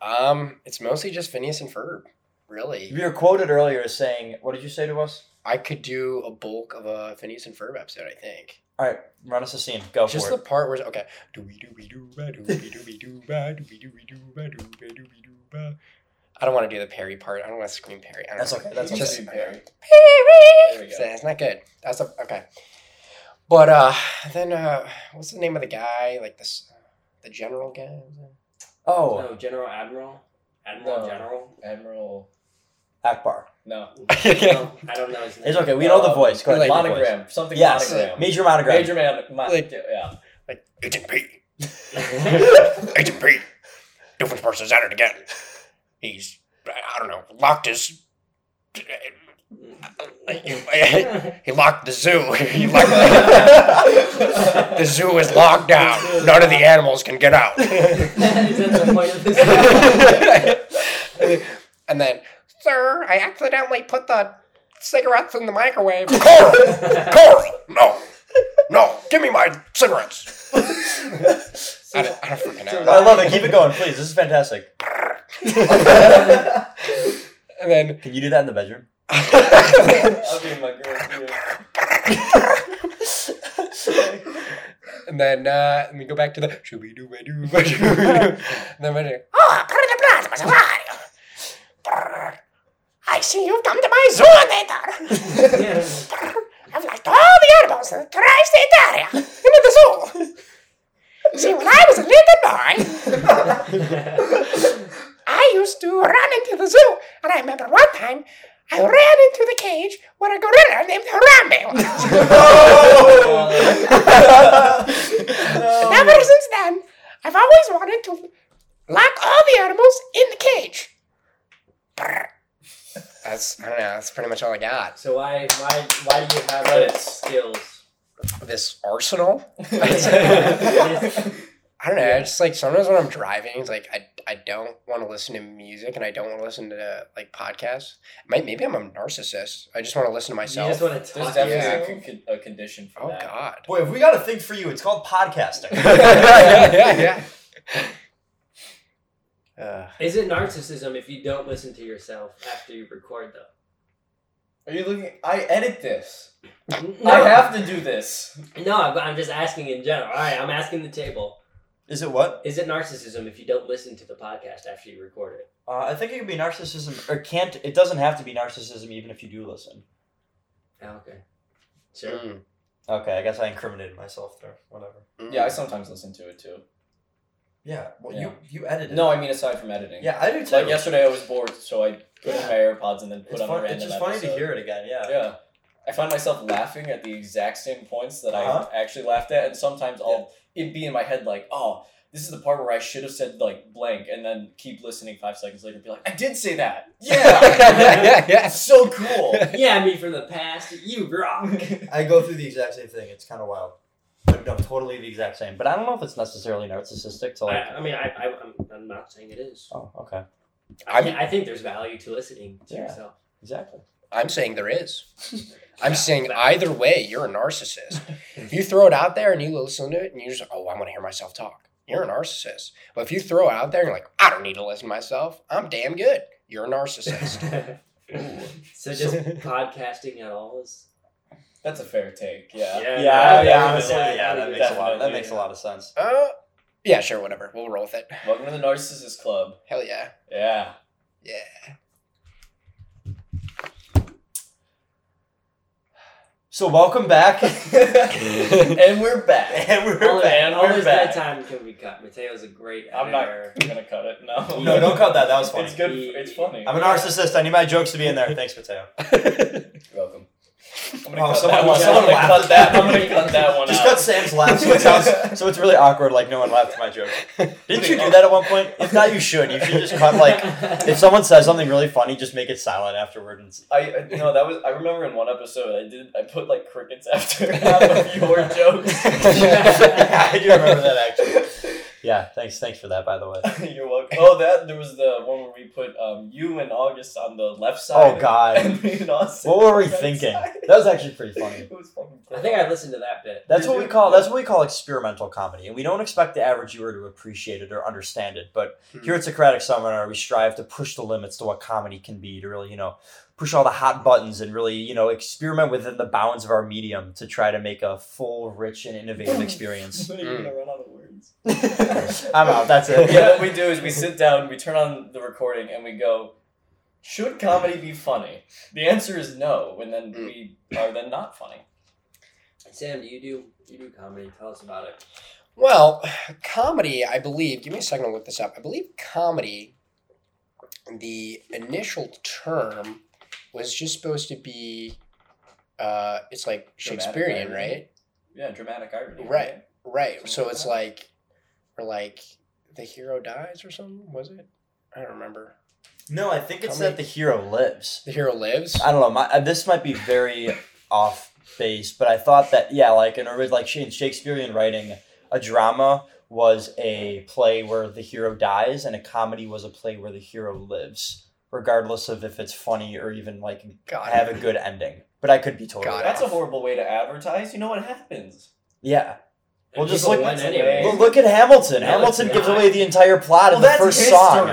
[SPEAKER 5] Um, it's mostly just Phineas and Ferb, really.
[SPEAKER 1] You were quoted earlier as saying, "What did you say to us?"
[SPEAKER 5] I could do a bulk of a Phineas and Ferb episode, I think.
[SPEAKER 1] Run us a scene. Go
[SPEAKER 5] Just
[SPEAKER 1] for
[SPEAKER 5] the part where it's okay. Do we do we do ba do we do we do ba do we do we do ba do we do we do ba. I don't want to do the Perry part. I don't want to scream Perry. I don't
[SPEAKER 1] That's
[SPEAKER 5] know.
[SPEAKER 1] okay, that's
[SPEAKER 2] You
[SPEAKER 5] just
[SPEAKER 2] can be Barry.
[SPEAKER 5] Perry.
[SPEAKER 2] There we go.
[SPEAKER 5] So It's not good. That's a, okay. But uh, then uh, what's the name of the guy? Like this, the general guy.
[SPEAKER 1] it. Oh,
[SPEAKER 3] Oh, General Admiral, Admiral
[SPEAKER 2] No.
[SPEAKER 3] General.
[SPEAKER 2] Admiral.
[SPEAKER 1] Akbar.
[SPEAKER 2] No.
[SPEAKER 3] No, I don't know his name.
[SPEAKER 1] It's okay. We know the
[SPEAKER 2] Um,
[SPEAKER 1] voice. Go ahead.
[SPEAKER 5] Uh, like
[SPEAKER 1] do the voice.
[SPEAKER 2] monogram. Something
[SPEAKER 1] Yes.
[SPEAKER 2] monogram.
[SPEAKER 1] Major monogram.
[SPEAKER 2] Major man. Mon-
[SPEAKER 5] Like-
[SPEAKER 2] yeah.
[SPEAKER 5] like Agent P.
[SPEAKER 2] That's
[SPEAKER 5] Agent P. Different person's at it again. He's I don't know locked his. he locked the zoo. He
[SPEAKER 2] locked-
[SPEAKER 5] the zoo is locked down. None of the animals can get out.
[SPEAKER 3] Is that the point of
[SPEAKER 5] and then, sir, I accidentally put the cigarettes in the microwave. Coral,
[SPEAKER 3] this?
[SPEAKER 5] Coral, no, no, give me my cigarettes. I don't, I don't fucking know.
[SPEAKER 1] I love it. Keep it going, please. This is fantastic.
[SPEAKER 5] And then,
[SPEAKER 1] Can you do that in the bedroom?
[SPEAKER 2] I'll be my girl here.
[SPEAKER 5] and then, uh, and we go back to the should we do, we do, we do, we do. And then we do. Oh, put in the blood, was alive. I see you've come to my zoo, Nathan.
[SPEAKER 3] Yeah.
[SPEAKER 5] I've lost all the animals in the tri-state area and at the zoo. See, when I was a little boy, I used to run into the zoo, and I remember one time I ran into the cage where a gorilla named Harambe was. and ever since then, I've always wanted to lock all the animals in the cage. Brr. That's I don't know. That's pretty much all I got.
[SPEAKER 3] So why why why do you have
[SPEAKER 2] Credits.
[SPEAKER 3] those skills?
[SPEAKER 5] This arsenal. I don't know.
[SPEAKER 2] Yeah.
[SPEAKER 5] It's just like sometimes when I'm driving, it's like I, I don't want to listen to music and I don't want to listen to like podcasts. Might maybe I'm a narcissist. I just want to listen
[SPEAKER 3] You
[SPEAKER 5] to myself.
[SPEAKER 3] just want to
[SPEAKER 2] There's
[SPEAKER 3] talk.
[SPEAKER 2] definitely
[SPEAKER 5] Yeah.
[SPEAKER 2] a, con- con- a condition for
[SPEAKER 5] oh
[SPEAKER 2] that.
[SPEAKER 5] God.
[SPEAKER 1] Boy, if we got a thing for you, it's called podcasting.
[SPEAKER 5] yeah, yeah, yeah. Uh,
[SPEAKER 3] Is it narcissism if you don't listen to yourself after you record though?
[SPEAKER 2] Are you looking? I edit this.
[SPEAKER 3] No,
[SPEAKER 2] I have to do this.
[SPEAKER 3] no. I'm I'm just asking in general. All right, I'm asking the table.
[SPEAKER 1] Is it what?
[SPEAKER 3] Is it narcissism if you don't listen to the podcast after you record it?
[SPEAKER 1] Uh, I think it could be narcissism, or can't. It doesn't have to be narcissism, even if you do listen.
[SPEAKER 3] Oh, okay. Sure.
[SPEAKER 5] Mm,
[SPEAKER 1] Okay, I guess I incriminated myself there. Whatever.
[SPEAKER 2] Yeah, I sometimes listen to it too.
[SPEAKER 1] Yeah. Well,
[SPEAKER 2] Yeah.
[SPEAKER 1] you you edited.
[SPEAKER 2] No, I mean aside from editing.
[SPEAKER 1] Yeah, I do too.
[SPEAKER 2] Like yesterday, I was bored, so I put
[SPEAKER 1] Yeah.
[SPEAKER 2] in my AirPods and then put
[SPEAKER 1] it's
[SPEAKER 2] on
[SPEAKER 1] fun,
[SPEAKER 2] a
[SPEAKER 1] It's
[SPEAKER 2] random
[SPEAKER 1] just funny
[SPEAKER 2] episode.
[SPEAKER 1] to hear it again. Yeah.
[SPEAKER 2] Yeah. I find myself laughing at the exact same points that
[SPEAKER 1] Uh-huh.
[SPEAKER 2] I actually laughed at, and sometimes I'll it be in my head like, oh, this is the part where I should have said like blank, and then keep listening five seconds later, and be like, I did say that.
[SPEAKER 5] yeah,
[SPEAKER 2] Yeah,
[SPEAKER 5] yeah, yeah.
[SPEAKER 2] that's so cool.
[SPEAKER 3] yeah, me from the past. You rock.
[SPEAKER 1] I go through the exact same thing. It's kind of wild. But no, totally the exact same. But I don't know if it's necessarily narcissistic to
[SPEAKER 3] I,
[SPEAKER 1] like.
[SPEAKER 3] I mean, I, I, I'm, I'm not saying it is.
[SPEAKER 1] Oh, okay.
[SPEAKER 3] I,
[SPEAKER 5] I'm-
[SPEAKER 3] thi- I think there's value to listening to
[SPEAKER 1] Yeah.
[SPEAKER 3] yourself.
[SPEAKER 1] Exactly.
[SPEAKER 5] I'm saying there is. I'm saying either way, you're a narcissist. if you throw it out there and you listen to it and you're just, oh, I want to hear myself talk, you're a narcissist. But if you throw it out there and you're like, I don't need to listen to myself, I'm damn good, you're a narcissist.
[SPEAKER 3] so just podcasting at all is
[SPEAKER 2] That's a fair take. Yeah.
[SPEAKER 1] Yeah,
[SPEAKER 2] that-
[SPEAKER 1] yeah,
[SPEAKER 2] that-
[SPEAKER 1] honestly,
[SPEAKER 2] that-
[SPEAKER 1] yeah, that makes a lot. That
[SPEAKER 2] definitely,
[SPEAKER 1] makes a
[SPEAKER 2] yeah.
[SPEAKER 1] lot of sense.
[SPEAKER 5] uh, yeah, sure, whatever. We'll roll with it.
[SPEAKER 2] Welcome to the Narcissist Club.
[SPEAKER 5] Hell yeah.
[SPEAKER 2] Yeah.
[SPEAKER 5] Yeah.
[SPEAKER 1] So welcome back,
[SPEAKER 2] and we're back.
[SPEAKER 1] and we're
[SPEAKER 3] all,
[SPEAKER 1] back.
[SPEAKER 2] and
[SPEAKER 3] all
[SPEAKER 2] we're
[SPEAKER 3] this
[SPEAKER 2] back.
[SPEAKER 3] dead time can be cut. Mateo's a great
[SPEAKER 2] I'm not-
[SPEAKER 3] editor.
[SPEAKER 2] I'm gonna cut it. No.
[SPEAKER 1] No, don't cut that. That was funny.
[SPEAKER 2] It's good. It's funny.
[SPEAKER 1] I'm a narcissist. I need my jokes to be in there. Thanks, Mateo.
[SPEAKER 2] You're welcome. I'm
[SPEAKER 1] Oh,
[SPEAKER 2] gonna cut
[SPEAKER 1] someone-
[SPEAKER 2] that one.
[SPEAKER 1] someone
[SPEAKER 2] I'm gonna
[SPEAKER 1] laughed
[SPEAKER 2] cut
[SPEAKER 1] at
[SPEAKER 2] that.
[SPEAKER 1] that.
[SPEAKER 2] I'm gonna cut that one
[SPEAKER 1] Just
[SPEAKER 2] out.
[SPEAKER 1] cut Sam's laugh, so it sounds so it's really awkward. Like no one laughed at my joke. Didn't you do that at one point? If not, you should. You should just cut like if someone says something really funny, just make it silent afterward. And s-
[SPEAKER 2] I I- no, that was I remember in one episode I did I put like crickets after half of your jokes.
[SPEAKER 1] I do remember that actually. Yeah, thanks. Thanks for that, by the way.
[SPEAKER 2] You're welcome. Oh, that there was the one where we put um you and August on the left side.
[SPEAKER 1] Oh God,
[SPEAKER 2] And me and Austin.
[SPEAKER 1] what were we
[SPEAKER 2] on the right
[SPEAKER 1] thinking?
[SPEAKER 2] side.
[SPEAKER 1] That was actually pretty funny.
[SPEAKER 2] It was fucking.
[SPEAKER 3] I think I listened to that bit.
[SPEAKER 1] That's
[SPEAKER 2] Did
[SPEAKER 1] what
[SPEAKER 2] you?
[SPEAKER 1] we call that's what we call experimental comedy, and we don't expect the average viewer to appreciate it or understand it. But
[SPEAKER 5] Hmm.
[SPEAKER 1] here at Socratic Seminar, we strive to push the limits to what comedy can be, to really you know push all the hot buttons and really you know experiment within the bounds of our medium to try to make a full, rich, and innovative experience.
[SPEAKER 2] You're
[SPEAKER 5] Mm.
[SPEAKER 2] gonna run out of words.
[SPEAKER 1] I'm out. That's it.
[SPEAKER 2] yeah, what we do is we sit down, we turn on the recording, and we go. Should comedy be funny? The answer is no, and then
[SPEAKER 5] Mm.
[SPEAKER 2] we are then not funny.
[SPEAKER 3] Sam, do you do you do comedy? Tell us about it.
[SPEAKER 5] Well, comedy, I believe, give me a second to look this up. I believe comedy, the initial term was just supposed to be, uh, it's
[SPEAKER 2] Dramatic
[SPEAKER 5] like Shakespearean,
[SPEAKER 2] irony.
[SPEAKER 5] right?
[SPEAKER 2] Yeah, dramatic irony.
[SPEAKER 5] Right. Right.
[SPEAKER 2] Something
[SPEAKER 5] So
[SPEAKER 2] like
[SPEAKER 5] it's
[SPEAKER 2] that.
[SPEAKER 5] like, or like, the hero dies or something, was it? I don't remember.
[SPEAKER 1] No, I think it's
[SPEAKER 5] Comedy.
[SPEAKER 1] that the hero lives.
[SPEAKER 5] The hero lives?
[SPEAKER 1] I don't know. My, uh, this might be very off base, but I thought that yeah, like in orig- like in Shakespearean writing, a drama was a play where the hero dies, and a comedy was a play where the hero lives, regardless of if it's funny or even like
[SPEAKER 5] God.
[SPEAKER 1] have a good ending. But I could be totally
[SPEAKER 5] Got it.
[SPEAKER 1] off.
[SPEAKER 2] That's a horrible way to advertise. You know what happens.
[SPEAKER 1] yeah. Well,
[SPEAKER 3] And
[SPEAKER 1] just
[SPEAKER 3] people
[SPEAKER 1] look-
[SPEAKER 3] went anyway.
[SPEAKER 1] Well, look at Hamilton.
[SPEAKER 3] No,
[SPEAKER 1] Hamilton
[SPEAKER 3] it's
[SPEAKER 1] gives
[SPEAKER 3] not.
[SPEAKER 1] away the entire plot of the first song.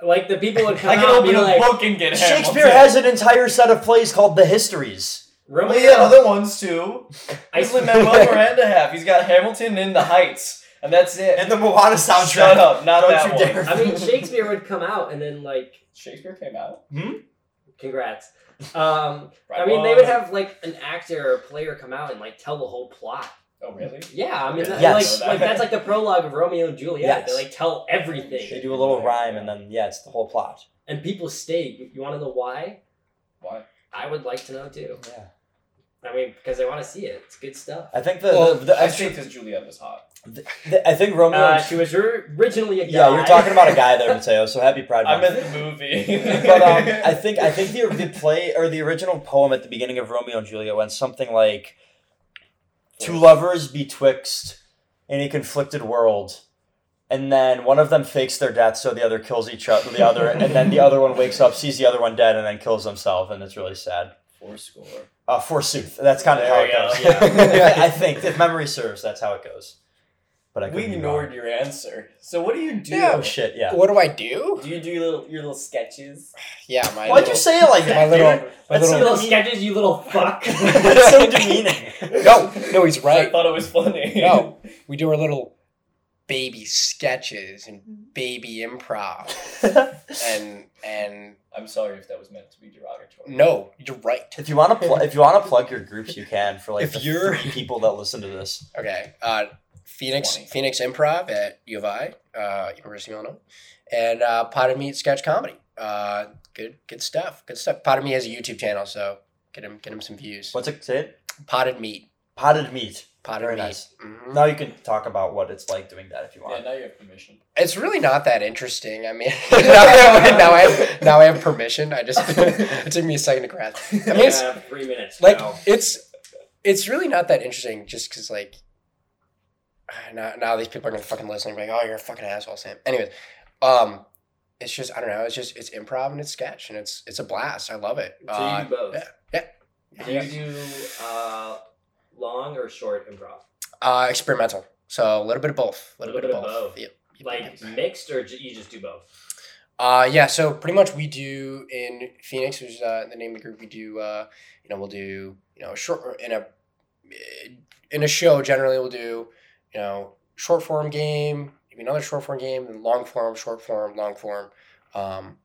[SPEAKER 3] Like the people would come
[SPEAKER 2] I can
[SPEAKER 3] out and be
[SPEAKER 2] open a
[SPEAKER 3] like,
[SPEAKER 2] book and get
[SPEAKER 1] Shakespeare has an entire set of plays called The Histories.
[SPEAKER 3] Romeo.
[SPEAKER 2] Well, yeah, other ones too.
[SPEAKER 3] I
[SPEAKER 2] Lin Manuel Miranda have. He's got Hamilton in the Heights, and that's it.
[SPEAKER 1] the Moana
[SPEAKER 2] Shut up! Not
[SPEAKER 1] Don't
[SPEAKER 2] that
[SPEAKER 1] you
[SPEAKER 2] one.
[SPEAKER 1] dare.
[SPEAKER 3] I mean, Shakespeare would come out and then like,
[SPEAKER 2] Shakespeare came out.
[SPEAKER 3] congrats. Um,
[SPEAKER 2] Right
[SPEAKER 3] I mean, they
[SPEAKER 2] on.
[SPEAKER 3] would have like an actor or a player come out and like tell the whole plot.
[SPEAKER 2] Oh really?
[SPEAKER 3] Yeah, I mean, that,
[SPEAKER 1] Yes.
[SPEAKER 3] like, like that's like the prologue of Romeo and Juliet.
[SPEAKER 1] Yes.
[SPEAKER 3] They like tell everything,
[SPEAKER 1] They do a little rhyme, and then yeah, it's the whole plot.
[SPEAKER 3] and people stay. You want to know why?
[SPEAKER 2] Why?
[SPEAKER 3] I would like to know too.
[SPEAKER 1] Yeah.
[SPEAKER 3] I mean, because I want to see it. It's good stuff.
[SPEAKER 1] I think the,
[SPEAKER 5] Well,
[SPEAKER 1] the, the
[SPEAKER 2] I
[SPEAKER 1] extra.
[SPEAKER 2] think because Juliet was hot.
[SPEAKER 1] the- I think Romeo.
[SPEAKER 3] Uh,
[SPEAKER 1] and-
[SPEAKER 3] she was ri- originally a guy.
[SPEAKER 1] yeah, you're talking about a guy there, Mateo. So happy Pride
[SPEAKER 2] I
[SPEAKER 1] Month.
[SPEAKER 2] meant the movie.
[SPEAKER 1] but um, I think I think the, the play or the original poem at the beginning of Romeo and Juliet went something like, two lovers betwixt in a conflicted world." And then one of them fakes their death, so the other kills each other. The other, and then the other one wakes up, sees the other one dead, and then kills himself, and it's really sad.
[SPEAKER 2] Four score.
[SPEAKER 1] Uh, forsooth, that's kind of how
[SPEAKER 2] There
[SPEAKER 1] it
[SPEAKER 2] we go,
[SPEAKER 1] goes.
[SPEAKER 5] yeah.
[SPEAKER 1] I think if memory serves, that's how it goes. But I could
[SPEAKER 2] We
[SPEAKER 1] be wrong.
[SPEAKER 2] ignored your answer. So what do you do?
[SPEAKER 5] Yeah.
[SPEAKER 1] Oh shit! Yeah.
[SPEAKER 5] What do I do?
[SPEAKER 2] Do you do your little your little sketches?
[SPEAKER 5] Yeah, my
[SPEAKER 1] Why'd
[SPEAKER 5] little-
[SPEAKER 1] you say it like
[SPEAKER 5] my
[SPEAKER 1] that,
[SPEAKER 5] little,
[SPEAKER 1] dude?
[SPEAKER 5] my
[SPEAKER 1] That's
[SPEAKER 3] You
[SPEAKER 1] so
[SPEAKER 5] little.
[SPEAKER 3] little sketches, you little fuck.
[SPEAKER 1] That's so demeaning.
[SPEAKER 5] No, no, he's
[SPEAKER 2] I
[SPEAKER 5] right.
[SPEAKER 2] thought it was funny.
[SPEAKER 5] No, we do our little baby sketches and
[SPEAKER 2] Mm-hmm.
[SPEAKER 5] baby improv and and
[SPEAKER 2] I'm sorry if that was meant to be derogatory.
[SPEAKER 5] no, you're right.
[SPEAKER 1] if you want to pl- if you want to plug your groups, you can for like
[SPEAKER 5] If
[SPEAKER 1] the
[SPEAKER 5] you're-
[SPEAKER 1] three people that listen to this.
[SPEAKER 5] Okay. Uh, Phoenix
[SPEAKER 2] 20.
[SPEAKER 5] Phoenix Improv at U of I, uh, University of Illinois, and uh, Potted Meat Sketch Comedy. Uh, good good stuff. Good stuff. Potted Meat has a YouTube channel, so get him get him some views.
[SPEAKER 1] What's it? Say it.
[SPEAKER 5] Potted Meat.
[SPEAKER 1] Potted meat.
[SPEAKER 5] Potted
[SPEAKER 1] Very
[SPEAKER 5] Meat.
[SPEAKER 1] nice.
[SPEAKER 5] Mhm.
[SPEAKER 1] Now you can talk about what it's like doing that if you
[SPEAKER 2] Yeah,
[SPEAKER 1] want.
[SPEAKER 2] now you have permission.
[SPEAKER 5] It's really not that interesting. I mean, now, I- now I have, now I have permission. I just it took me a second to grasp. I mean, it's,
[SPEAKER 3] Yeah, three minutes.
[SPEAKER 5] like
[SPEAKER 3] now.
[SPEAKER 5] it's it's really not that interesting just because like ah, now, now these people are gonna fucking listen and be like oh you're a fucking asshole sam anyways um it's just i don't know it's just it's improv and it's sketch and it's it's a blast i love it
[SPEAKER 3] So you do both.
[SPEAKER 5] uh, yeah, yeah.
[SPEAKER 3] Do you do uh, long or short improv?
[SPEAKER 5] uh experimental so a little bit of both a little, bit, of both, Yep. Yep.
[SPEAKER 3] Like mixed or ju- you just do both?
[SPEAKER 5] Uh, yeah, so pretty much we do in Phoenix, which is uh, the name of the group. We do, uh, you know, we'll do you know short in a in a show. Generally, we'll do you know short form game, maybe another short form game, then long form, short form, long form, um,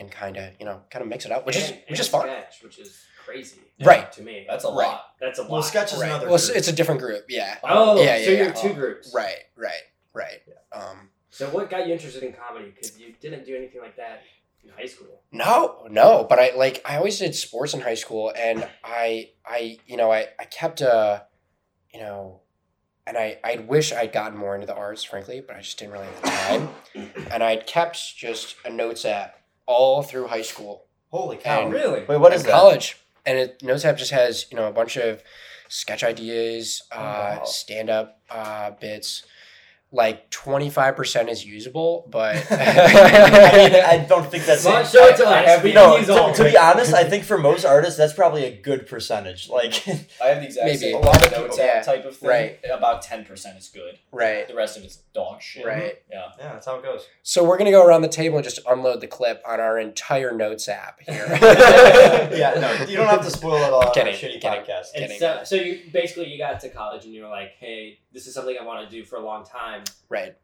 [SPEAKER 5] and kind of you know kind of mix it up, which is
[SPEAKER 3] And- and
[SPEAKER 5] which is fun,
[SPEAKER 3] Sketch, which is crazy.
[SPEAKER 5] Right.
[SPEAKER 3] To me,
[SPEAKER 2] That's a
[SPEAKER 5] Right.
[SPEAKER 2] lot.
[SPEAKER 3] that's a lot.
[SPEAKER 1] Well, sketch is
[SPEAKER 5] right?
[SPEAKER 1] another.
[SPEAKER 5] Well, it's,
[SPEAKER 1] group.
[SPEAKER 5] it's a different group, yeah,
[SPEAKER 3] Oh,
[SPEAKER 5] Yeah,
[SPEAKER 3] so
[SPEAKER 5] yeah,
[SPEAKER 3] you're
[SPEAKER 5] yeah.
[SPEAKER 3] two groups.
[SPEAKER 5] right, right, right. Um,
[SPEAKER 3] So what got you interested in comedy? Because you didn't do anything like that in high school.
[SPEAKER 5] No, no, but I like I always did sports in high school and I I you know I I kept uh you know and I I'd wish I'd gotten more into the arts frankly, but I just didn't really have the time. And I'd kept just a notes app all through high school
[SPEAKER 1] holy cow.
[SPEAKER 3] Oh,
[SPEAKER 5] and-
[SPEAKER 2] really?
[SPEAKER 1] Wait, what
[SPEAKER 5] and
[SPEAKER 1] is that?
[SPEAKER 5] college. And it notes app just has, you know, a bunch of sketch ideas, uh
[SPEAKER 1] Oh, wow.
[SPEAKER 5] stand up uh bits. Like 25% is usable, but
[SPEAKER 1] I, mean, I don't think that's.
[SPEAKER 3] Come on, show it to us.
[SPEAKER 1] I have-
[SPEAKER 3] We
[SPEAKER 1] no,
[SPEAKER 3] need
[SPEAKER 1] to,
[SPEAKER 3] all.
[SPEAKER 1] to be honest, I think for most artists, that's probably a good percentage. Like,
[SPEAKER 2] I have the exact
[SPEAKER 5] Maybe.
[SPEAKER 2] same
[SPEAKER 5] A
[SPEAKER 1] lot of
[SPEAKER 2] notes
[SPEAKER 5] people-
[SPEAKER 2] app
[SPEAKER 5] yeah.
[SPEAKER 2] type of thing.
[SPEAKER 5] Right.
[SPEAKER 2] About ten percent is good.
[SPEAKER 5] right.
[SPEAKER 2] The rest of it's dog shit.
[SPEAKER 5] Right.
[SPEAKER 2] Yeah.
[SPEAKER 1] yeah, that's how it goes.
[SPEAKER 5] So we're gonna go around the table and just unload the clip on our entire notes app here.
[SPEAKER 1] yeah, no, you don't have to spoil it all. on our
[SPEAKER 5] Kidding,
[SPEAKER 1] shitty
[SPEAKER 5] kidding.
[SPEAKER 1] podcast.
[SPEAKER 5] It's
[SPEAKER 3] And
[SPEAKER 5] Kidding.
[SPEAKER 3] so, so you basically you got to college and you were like, hey, this is something I want to do for a long time.
[SPEAKER 5] Right.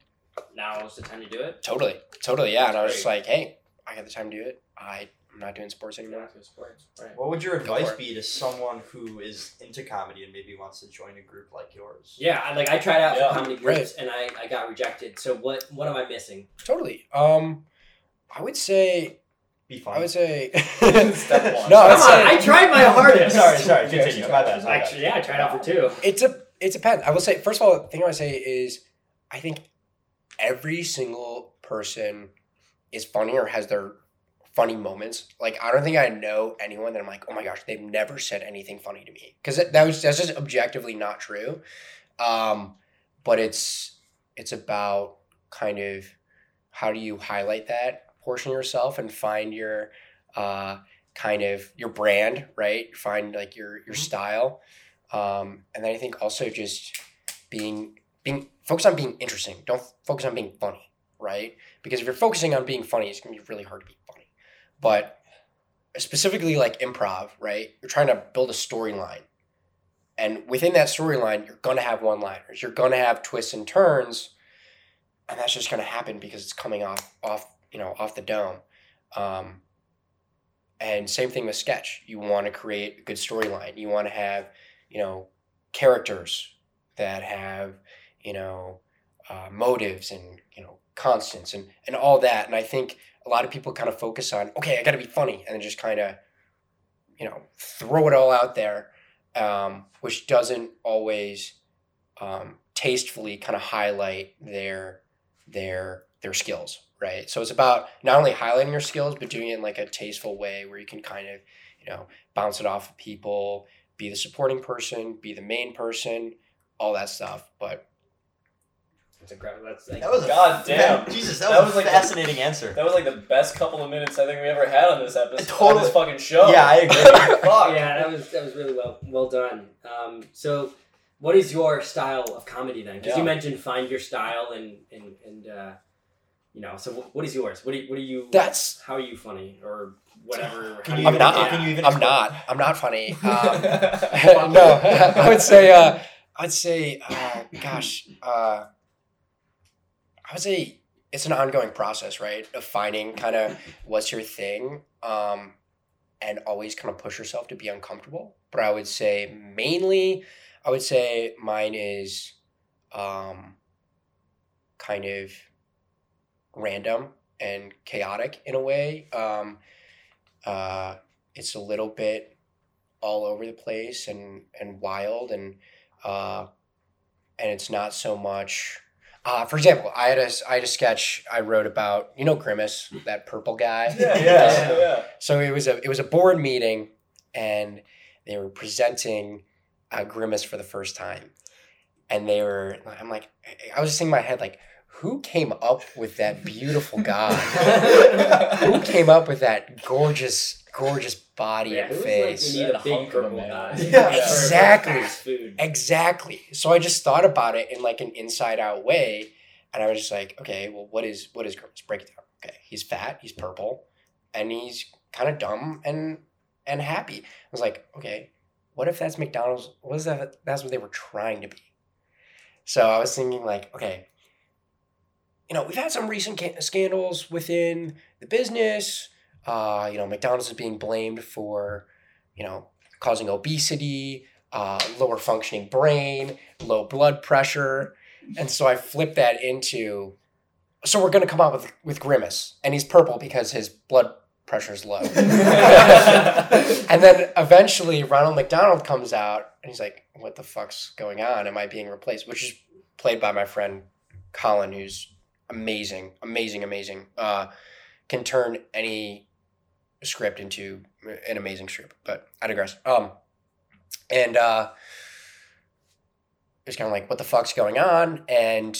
[SPEAKER 3] Now is the time to do it.
[SPEAKER 5] Totally. Totally. Yeah. And I was just like, hey, I got the time to do it. I I'm not doing sports anymore.
[SPEAKER 3] Right.
[SPEAKER 1] What would your
[SPEAKER 5] Go
[SPEAKER 1] advice
[SPEAKER 5] for it.
[SPEAKER 1] be to someone who is into comedy and maybe wants to join a group like yours?
[SPEAKER 3] Yeah, I, like I tried out
[SPEAKER 2] Yeah.
[SPEAKER 3] for comedy
[SPEAKER 5] Right.
[SPEAKER 3] groups and I, I got rejected. So what what am I missing?
[SPEAKER 5] Totally. Um, I would say
[SPEAKER 1] Be
[SPEAKER 5] I
[SPEAKER 1] fun.
[SPEAKER 5] would say
[SPEAKER 2] Step one.
[SPEAKER 5] No,
[SPEAKER 3] Come
[SPEAKER 5] I'd
[SPEAKER 3] on,
[SPEAKER 5] say-
[SPEAKER 3] I tried my hardest.
[SPEAKER 1] sorry, sorry. Continue. My bad. My bad.
[SPEAKER 3] Actually, yeah, I tried out for two.
[SPEAKER 5] It's a it depends. I will say first of all, the thing I would say is I think every single person is funny or has their funny moments. Like I don't think I know anyone that I'm like, oh my gosh, they've never said anything funny to me because that, that was that's just objectively not true. Um, but it's it's about kind of how do you highlight that portion of yourself and find your uh, kind of your brand, right? Find like your your style, um, and then I think also just being being focus on being interesting. Don't focus on being funny, right? Because if you're focusing on being funny, it's gonna be really hard to be funny. But specifically like improv, right? You're trying to build a storyline. And within that storyline, you're gonna have one liners, you're gonna have twists and turns, and that's just gonna happen because it's coming off off, you know, off the dome. Um, and same thing with sketch. You wanna create a good storyline. You wanna have, you know, characters that have, you know, uh, motives and you know constants and and all that and i think a lot of people kind of focus on okay i gotta be funny and then just kind of you know throw it all out there um, which doesn't always um, tastefully kind of highlight their their their skills right so it's about not only highlighting your skills but doing it in like a tasteful way where you can kind of you know bounce it off of people be the supporting person be the main person all that stuff but
[SPEAKER 3] That's incredible. That's like,
[SPEAKER 1] That was a
[SPEAKER 2] God damn.
[SPEAKER 1] that- Jesus, that,
[SPEAKER 2] That
[SPEAKER 1] was,
[SPEAKER 2] was like
[SPEAKER 1] a
[SPEAKER 2] a-
[SPEAKER 1] fascinating answer.
[SPEAKER 2] That was like the best couple of minutes I think we ever had on this episode. On
[SPEAKER 1] Totally.
[SPEAKER 2] this fucking show.
[SPEAKER 1] Yeah, I agree.
[SPEAKER 2] Fuck.
[SPEAKER 3] yeah, that was that was really well well done. Um, so, what is your style of comedy then? Because
[SPEAKER 2] Yeah.
[SPEAKER 3] you mentioned find your style and and and uh, you know. So wh- what is yours? What do you, what do you?
[SPEAKER 5] that's
[SPEAKER 3] how are you funny or whatever?
[SPEAKER 1] Can
[SPEAKER 3] how
[SPEAKER 1] you
[SPEAKER 3] do
[SPEAKER 5] I'm
[SPEAKER 1] even,
[SPEAKER 5] not-
[SPEAKER 1] Can you even
[SPEAKER 5] I'm
[SPEAKER 1] explain-
[SPEAKER 5] not. I'm not funny. Um, no,
[SPEAKER 1] uh,
[SPEAKER 5] I would say. Uh, I'd say. Uh, gosh. Uh, I would say it's an ongoing process, right? Of finding kind of what's your thing, um, and always kind of push yourself to be uncomfortable. But I would say mainly, I would say mine is, um, kind of random and chaotic in a way. Um, uh, it's a little bit all over the place and and wild and uh, and it's not so much. Uh, for example, I had a s- I had a sketch I wrote about you know Grimace that purple guy.
[SPEAKER 2] Yeah, yeah,
[SPEAKER 5] Yeah.
[SPEAKER 2] yeah. yeah.
[SPEAKER 5] So it was a it was a board meeting, and they were presenting uh, Grimace for the first time, and they were. I'm like, I was just in my head like, who came up with that beautiful guy? who came up with that gorgeous, gorgeous body
[SPEAKER 3] Yeah,
[SPEAKER 5] and
[SPEAKER 3] who was Like,
[SPEAKER 5] face?
[SPEAKER 3] we need
[SPEAKER 2] That
[SPEAKER 3] a big
[SPEAKER 2] hunker
[SPEAKER 3] purple
[SPEAKER 2] man.
[SPEAKER 3] guy.
[SPEAKER 2] Yeah,
[SPEAKER 3] For- for
[SPEAKER 5] exactly.
[SPEAKER 3] Fast food.
[SPEAKER 5] Exactly. So I just thought about it in like an inside out way, and I was just like, okay, well, what is what is Grimace? Break it down. Okay, he's fat, he's purple, and he's kind of dumb and and happy. I was like, okay, what if that's McDonald's? What is that? That's what they were trying to be. So I was thinking like, okay, you know, we've had some recent ca- scandals within the business. Uh, you know, McDonald's is being blamed for, you know, causing obesity uh, lower functioning brain, low blood pressure. And so I flipped that into so we're going to come out with, with Grimace, and he's purple because his blood pressure is low. and then eventually Ronald McDonald comes out and he's like, What the fuck's going on? Am I being replaced? Which is played by my friend Colin, who's amazing, amazing, amazing. Uh, can turn any script into an amazing script, but I digress. Um, and uh, it's kind of like, what the fuck's going on? And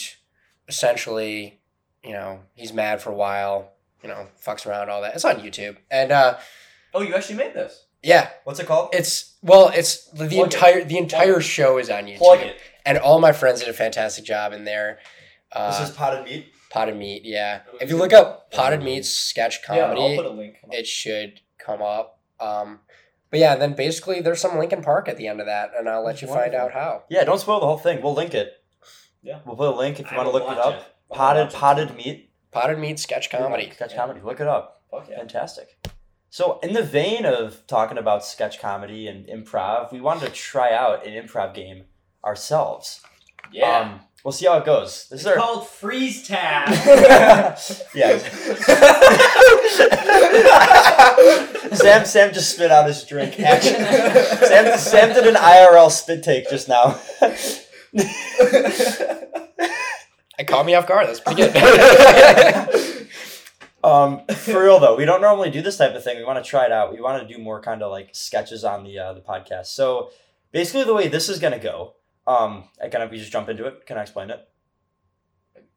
[SPEAKER 5] essentially, you know, he's mad for a while, you know, fucks around, all that. It's on YouTube. And uh,
[SPEAKER 2] Oh, you actually made this.
[SPEAKER 5] yeah,
[SPEAKER 1] What's it called?
[SPEAKER 5] it's, well, it's the,
[SPEAKER 2] Plug it.
[SPEAKER 5] entire, the entire show is on YouTube.
[SPEAKER 2] Plug it.
[SPEAKER 5] And all my friends did a fantastic job in there. Uh,
[SPEAKER 1] this is potted meat.
[SPEAKER 5] potted meat, yeah.
[SPEAKER 3] Oh,
[SPEAKER 5] If you look up potted meat sketch comedy,
[SPEAKER 2] Yeah, I'll put a link.
[SPEAKER 5] it should come up. Um, but yeah, then basically there's some Lincoln Park at the end of that, and I'll let you find out how.
[SPEAKER 1] Yeah, don't spoil the whole thing. We'll link it.
[SPEAKER 2] Yeah.
[SPEAKER 1] We'll put a link if you
[SPEAKER 3] I
[SPEAKER 1] want to
[SPEAKER 3] will
[SPEAKER 1] look it
[SPEAKER 3] watch
[SPEAKER 1] up. Potted
[SPEAKER 2] Watch it.
[SPEAKER 1] potted meat
[SPEAKER 5] Potted meat sketch comedy.
[SPEAKER 1] sketch
[SPEAKER 2] Yeah.
[SPEAKER 1] comedy. Look it up.
[SPEAKER 2] Fuck yeah.
[SPEAKER 1] Fantastic. So, in the vein of talking about sketch comedy and improv, we wanted to try out an improv game ourselves.
[SPEAKER 3] Yeah.
[SPEAKER 1] Um, we'll see how it goes. This
[SPEAKER 3] it's
[SPEAKER 1] is
[SPEAKER 2] Oh.
[SPEAKER 1] our.
[SPEAKER 3] called freeze tag.
[SPEAKER 1] yeah. Sam Sam just spit out his drink. Action. Sam, Sam did an IRL spit take just now.
[SPEAKER 5] It caught me off guard. That's pretty good.
[SPEAKER 1] Um, for real though, we don't normally do this type of thing. We want to try it out. We want to do more kind of like sketches on the uh, the podcast. So basically, the way this is gonna go, um, I kind of we just jump into it. Can I explain it?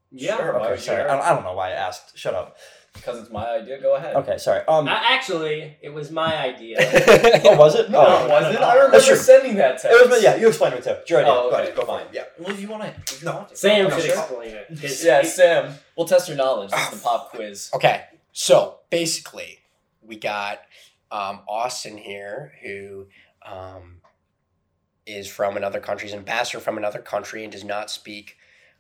[SPEAKER 3] yeah.
[SPEAKER 2] Sure. why would
[SPEAKER 1] Okay,
[SPEAKER 2] you
[SPEAKER 1] sorry. I
[SPEAKER 2] ask?
[SPEAKER 1] don't, I don't know why I asked. Shut up.
[SPEAKER 2] Because it's my idea. Go ahead.
[SPEAKER 1] Okay, sorry. Um,
[SPEAKER 3] Uh, actually, it was my idea.
[SPEAKER 1] oh, was it?
[SPEAKER 2] No,
[SPEAKER 1] oh,
[SPEAKER 2] it wasn't.
[SPEAKER 3] no, no.
[SPEAKER 2] I remember
[SPEAKER 1] That's true.
[SPEAKER 2] sending that text.
[SPEAKER 1] it was. me- Yeah, you explained it too. It's your idea.
[SPEAKER 2] Oh,
[SPEAKER 1] Go
[SPEAKER 2] okay,
[SPEAKER 1] ahead. Go
[SPEAKER 2] fine.
[SPEAKER 1] fine. Yeah.
[SPEAKER 2] Well, if you want to, if you want to.
[SPEAKER 3] Sam
[SPEAKER 2] Okay,
[SPEAKER 3] should
[SPEAKER 2] sure.
[SPEAKER 3] explain it. 'cause
[SPEAKER 2] Yeah,
[SPEAKER 3] it-
[SPEAKER 2] Sam. We'll test your knowledge. This is the pop quiz.
[SPEAKER 5] okay, so basically, we got um, Austin here, who um, is from another country's ambassador from another country and does not speak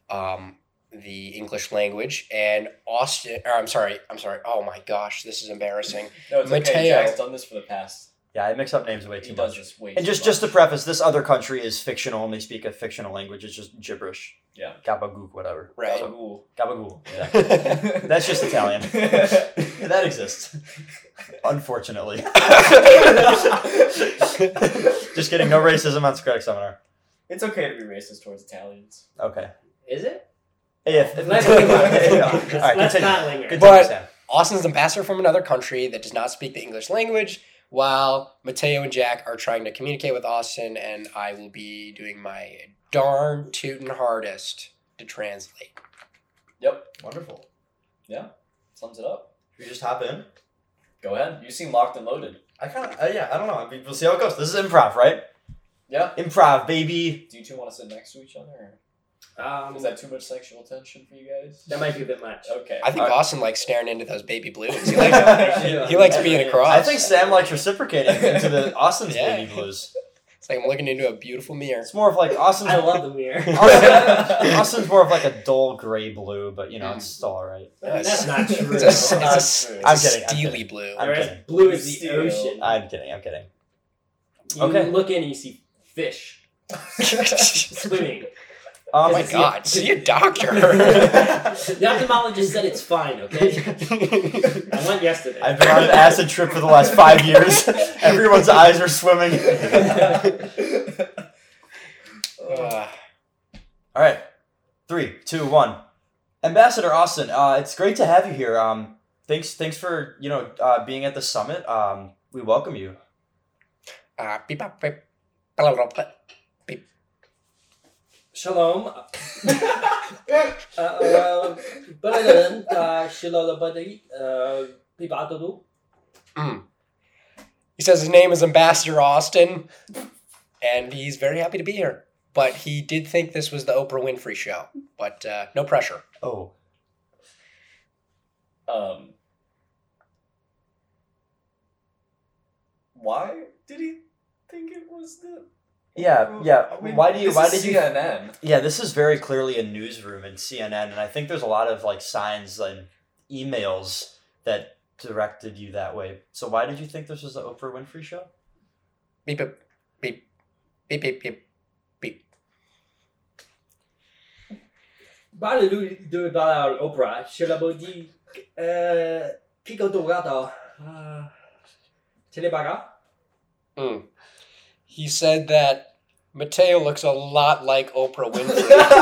[SPEAKER 5] um, the English language. And Austin, or I'm sorry, I'm sorry. Oh my gosh, this is embarrassing.
[SPEAKER 2] No, it's
[SPEAKER 5] Mateo.
[SPEAKER 2] okay. Jack's done this for the past.
[SPEAKER 1] Yeah, I mix up names way
[SPEAKER 2] He
[SPEAKER 1] too
[SPEAKER 2] does
[SPEAKER 1] much.
[SPEAKER 2] this way
[SPEAKER 1] And
[SPEAKER 2] too
[SPEAKER 1] just
[SPEAKER 2] much.
[SPEAKER 1] just to preface, this other country is fictional, and they speak a fictional language. It's just gibberish.
[SPEAKER 2] Yeah.
[SPEAKER 1] Gabagook, whatever.
[SPEAKER 5] Right.
[SPEAKER 2] Gabagool.
[SPEAKER 1] Gabagool. Yeah.
[SPEAKER 2] That's
[SPEAKER 1] just Italian. that exists. Unfortunately. Just kidding. No racism on Socratic Seminar.
[SPEAKER 2] It's okay to be racist towards Italians.
[SPEAKER 1] Okay.
[SPEAKER 3] Is it?
[SPEAKER 1] If, if
[SPEAKER 3] Let's,
[SPEAKER 1] Yeah. All
[SPEAKER 3] let's,
[SPEAKER 1] right,
[SPEAKER 3] let's
[SPEAKER 1] continue.
[SPEAKER 3] not linger.
[SPEAKER 1] Continue,
[SPEAKER 5] But-
[SPEAKER 1] Sam.
[SPEAKER 5] Austin's an ambassador from another country that does not speak the English language, while Mateo and Jack are trying to communicate with Austin, and I will be doing my darn tootin' hardest to translate.
[SPEAKER 1] Wonderful.
[SPEAKER 2] Sums it up.
[SPEAKER 1] Should we just hop in?
[SPEAKER 2] Go ahead. You seem locked and loaded.
[SPEAKER 1] I kind of, uh, yeah, I don't know. I mean, we'll see how it goes. This is improv, right?
[SPEAKER 2] Yeah.
[SPEAKER 1] Improv, baby.
[SPEAKER 2] Do you two want to sit next to each other? Or
[SPEAKER 3] Um,
[SPEAKER 2] is that too much sexual tension for you guys?
[SPEAKER 3] that might be a bit much.
[SPEAKER 2] Okay.
[SPEAKER 5] I think
[SPEAKER 1] Alright.
[SPEAKER 5] Austin likes staring into those baby blues. He likes,
[SPEAKER 1] I
[SPEAKER 5] he likes being across.
[SPEAKER 1] think Sam likes reciprocating into the Austin's
[SPEAKER 5] Yeah.
[SPEAKER 1] baby blues.
[SPEAKER 5] It's like I'm looking into a beautiful mirror.
[SPEAKER 1] It's more of like Austin's.
[SPEAKER 3] I love the mirror.
[SPEAKER 1] Austin, Austin's more of like a dull gray blue, but you know
[SPEAKER 3] Mm.
[SPEAKER 1] it's still all right.
[SPEAKER 3] That's not true.
[SPEAKER 5] It's a, it's a-
[SPEAKER 2] Not
[SPEAKER 5] it's
[SPEAKER 2] true.
[SPEAKER 5] a
[SPEAKER 1] I'm kidding, I'm
[SPEAKER 5] steely
[SPEAKER 1] kidding.
[SPEAKER 5] blue.
[SPEAKER 1] I'm
[SPEAKER 3] Whereas
[SPEAKER 1] kidding.
[SPEAKER 3] blue is the
[SPEAKER 2] Steel.
[SPEAKER 3] ocean.
[SPEAKER 1] I'm kidding. I'm kidding.
[SPEAKER 3] you
[SPEAKER 1] okay.
[SPEAKER 3] look in and you see fish swimming.
[SPEAKER 5] oh
[SPEAKER 1] Um,
[SPEAKER 5] my
[SPEAKER 3] Because
[SPEAKER 5] god,
[SPEAKER 3] it's-
[SPEAKER 5] see a doctor.
[SPEAKER 3] The ophthalmologist said it's fine. Okay, I went yesterday.
[SPEAKER 1] I've been on an acid trip for the last five years. Everyone's eyes are swimming.
[SPEAKER 5] Uh,
[SPEAKER 1] All right, three, two, one. Ambassador Austin, uh, it's great to have you here. Um, thanks, thanks for you know uh, being at the summit. Um, we welcome you.
[SPEAKER 5] uh, beep, bop, beep, blah, blah, blah.
[SPEAKER 3] Shalom. Uh, uh, brother, uh, shalom, buddy. Uh, people out there do.
[SPEAKER 5] He says his name is Ambassador Austin, and he's very happy to be here. But he did think this was the Oprah Winfrey show. But uh, no pressure.
[SPEAKER 1] Oh,
[SPEAKER 2] Um, why did he think it was the? Oh,
[SPEAKER 1] yeah, yeah.
[SPEAKER 2] I mean,
[SPEAKER 1] why do you?
[SPEAKER 2] this
[SPEAKER 1] Why
[SPEAKER 2] is
[SPEAKER 1] did you?
[SPEAKER 2] CNN?
[SPEAKER 1] Yeah, this is very clearly a newsroom in CNN, and I think there's a lot of like signs and emails that directed you that way. So why did you think this was the Oprah Winfrey show?
[SPEAKER 5] Beep, beep, beep, beep, beep, beep.
[SPEAKER 3] Brother, do do brother Oprah. Shalom, buddy. Uh, people do gato. Uh, telebaga.
[SPEAKER 5] He said that Mateo looks a lot like Oprah Winfrey,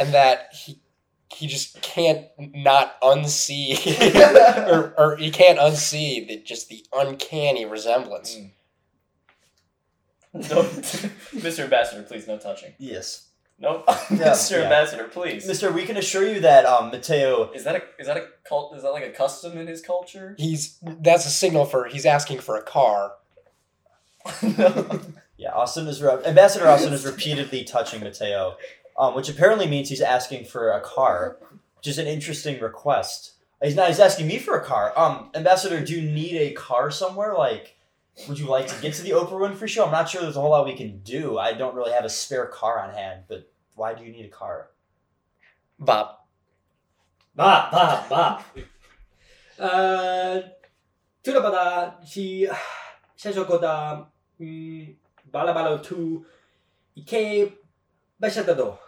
[SPEAKER 5] and that he he just can't not unsee, or, or he can't unsee the, just the uncanny resemblance.
[SPEAKER 2] No, Mr. Ambassador, please, no touching.
[SPEAKER 1] Yes,
[SPEAKER 2] No,
[SPEAKER 1] Yeah,
[SPEAKER 2] Mr.
[SPEAKER 1] yeah.
[SPEAKER 2] Ambassador, please.
[SPEAKER 1] Mister. We can assure you that um, Mateo.
[SPEAKER 2] Is that a is that a cult? Is that like a custom in his culture?
[SPEAKER 5] He's that's a signal for he's asking for a car.
[SPEAKER 2] no.
[SPEAKER 1] Yeah, Austin is re- Ambassador Austin is repeatedly touching Mateo, um, which apparently means he's asking for a car, which is an interesting request. He's not. He's asking me for a car. Um, Ambassador, do you need a car somewhere? Like, would you like to get to the Oprah Winfrey show? I'm not sure. There's a whole lot we can do. I don't really have a spare car on hand, but why do you need a car?
[SPEAKER 5] Bob.
[SPEAKER 3] Ba ba ba. Uh, tulabada she shajokoda mm balabalo tu ike bashatado.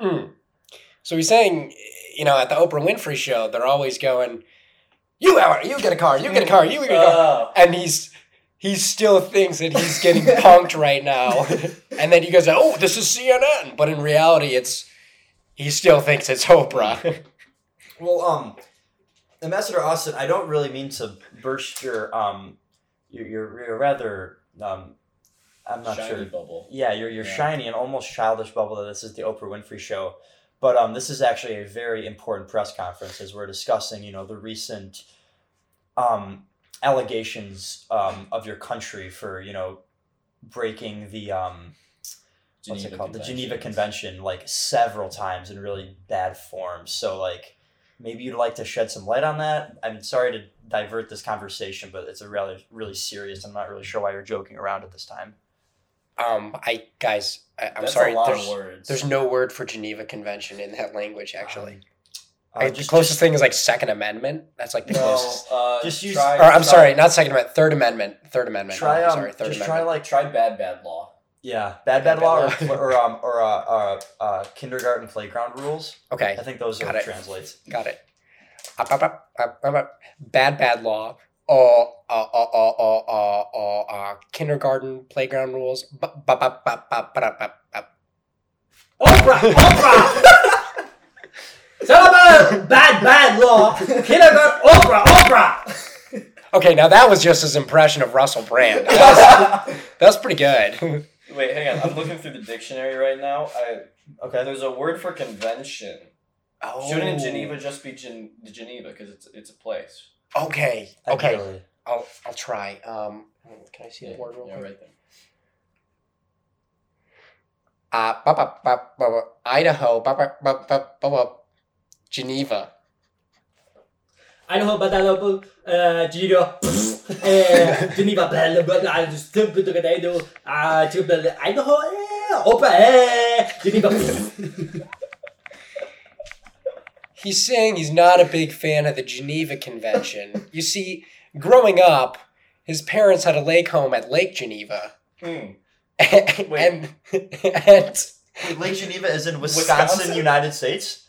[SPEAKER 5] Mm. So he's saying, you know, at the Oprah Winfrey show, they're always going, "You are, you get a car, you get a car, you get a car,"
[SPEAKER 2] Oh.
[SPEAKER 5] and he's he still thinks that he's getting punked right now, and then he goes, "Oh, this is CNN," but in reality, it's he still thinks it's Oprah.
[SPEAKER 1] Well, um, Ambassador Austin, I don't really mean to burst your um, your your, your rather um, I'm not
[SPEAKER 2] Shiny
[SPEAKER 1] sure.
[SPEAKER 2] bubble.
[SPEAKER 1] Yeah, you're you're
[SPEAKER 2] Yeah.
[SPEAKER 1] shiny and almost childish bubble that this is the Oprah Winfrey show. But um, this is actually a very important press conference as we're discussing, you know, the recent um, allegations um, of your country for, you know, breaking the um, what's it called? The Geneva Convention like several times in really bad form. So like maybe you'd like to shed some light on that. I'm sorry to divert this conversation, but it's a really really serious. I'm not really sure why you're joking around at this time.
[SPEAKER 5] um, I guys, I, I'm
[SPEAKER 2] That's
[SPEAKER 5] sorry.
[SPEAKER 2] A lot
[SPEAKER 5] There's,
[SPEAKER 2] of words.
[SPEAKER 5] there's no word for Geneva Convention in that language. Actually,
[SPEAKER 1] Uh,
[SPEAKER 5] I- the
[SPEAKER 1] just-
[SPEAKER 5] closest thing is like Second Amendment. That's like the
[SPEAKER 2] no.
[SPEAKER 5] closest.
[SPEAKER 2] Uh,
[SPEAKER 1] Just use-
[SPEAKER 2] try,
[SPEAKER 5] Or I'm
[SPEAKER 2] try-
[SPEAKER 5] sorry, not Second Amendment, Third Amendment, Third Amendment.
[SPEAKER 1] try um,
[SPEAKER 5] I'm sorry, Third
[SPEAKER 1] just
[SPEAKER 5] Amendment.
[SPEAKER 1] try like
[SPEAKER 2] try bad bad law.
[SPEAKER 1] yeah, bad
[SPEAKER 5] Bad
[SPEAKER 1] bad law
[SPEAKER 5] Bad Law.
[SPEAKER 1] or, or um or uh, uh, uh kindergarten playground rules.
[SPEAKER 5] Okay,
[SPEAKER 1] I think those are
[SPEAKER 5] Got
[SPEAKER 1] what
[SPEAKER 5] it.
[SPEAKER 1] translates.
[SPEAKER 5] got it. Up, up, up, up, up, up. Bad, bad law. Oh, oh, oh, oh, oh, oh, oh, uh, kindergarten playground rules. Ba, ba, ba, ba, ba, ba, da, ba, ba.
[SPEAKER 3] Oprah, Oprah. Tulabada bad bad law. Kindergarten Oprah, Oprah.
[SPEAKER 5] Okay, now that was just his impression of Russell Brand. That was, that was pretty good.
[SPEAKER 2] Wait, hang on. I'm looking through the dictionary right now. I,
[SPEAKER 1] Okay.
[SPEAKER 2] there's a word for convention.
[SPEAKER 5] Oh.
[SPEAKER 2] Shouldn't Geneva just be Gen- Geneva because it's it's a place?
[SPEAKER 5] Oh. Okay,
[SPEAKER 1] I
[SPEAKER 5] okay.
[SPEAKER 1] really-
[SPEAKER 5] I'll, I'll try. Um, can I see the board real
[SPEAKER 2] yeah,
[SPEAKER 5] quick?
[SPEAKER 2] right there.
[SPEAKER 5] Uh, ba, ba, ba, ba, ba, Idaho, ba, ba, ba, ba, ba, ba, Geneva.
[SPEAKER 3] 뭐, Idaho badalo uh Giro. eh, Geneva, blah, blah, blah, blah, just flip with the tornado, ah, to blah, blah, Idaho, eh, Opa, eh, Geneva.
[SPEAKER 5] He's saying he's not a big fan of the Geneva Convention. You see, growing up, his parents had a lake home at Lake Geneva.
[SPEAKER 2] Mm.
[SPEAKER 5] And,
[SPEAKER 2] Wait.
[SPEAKER 5] and- and-
[SPEAKER 1] Wait, Lake Geneva is in
[SPEAKER 2] Wisconsin?
[SPEAKER 1] United States.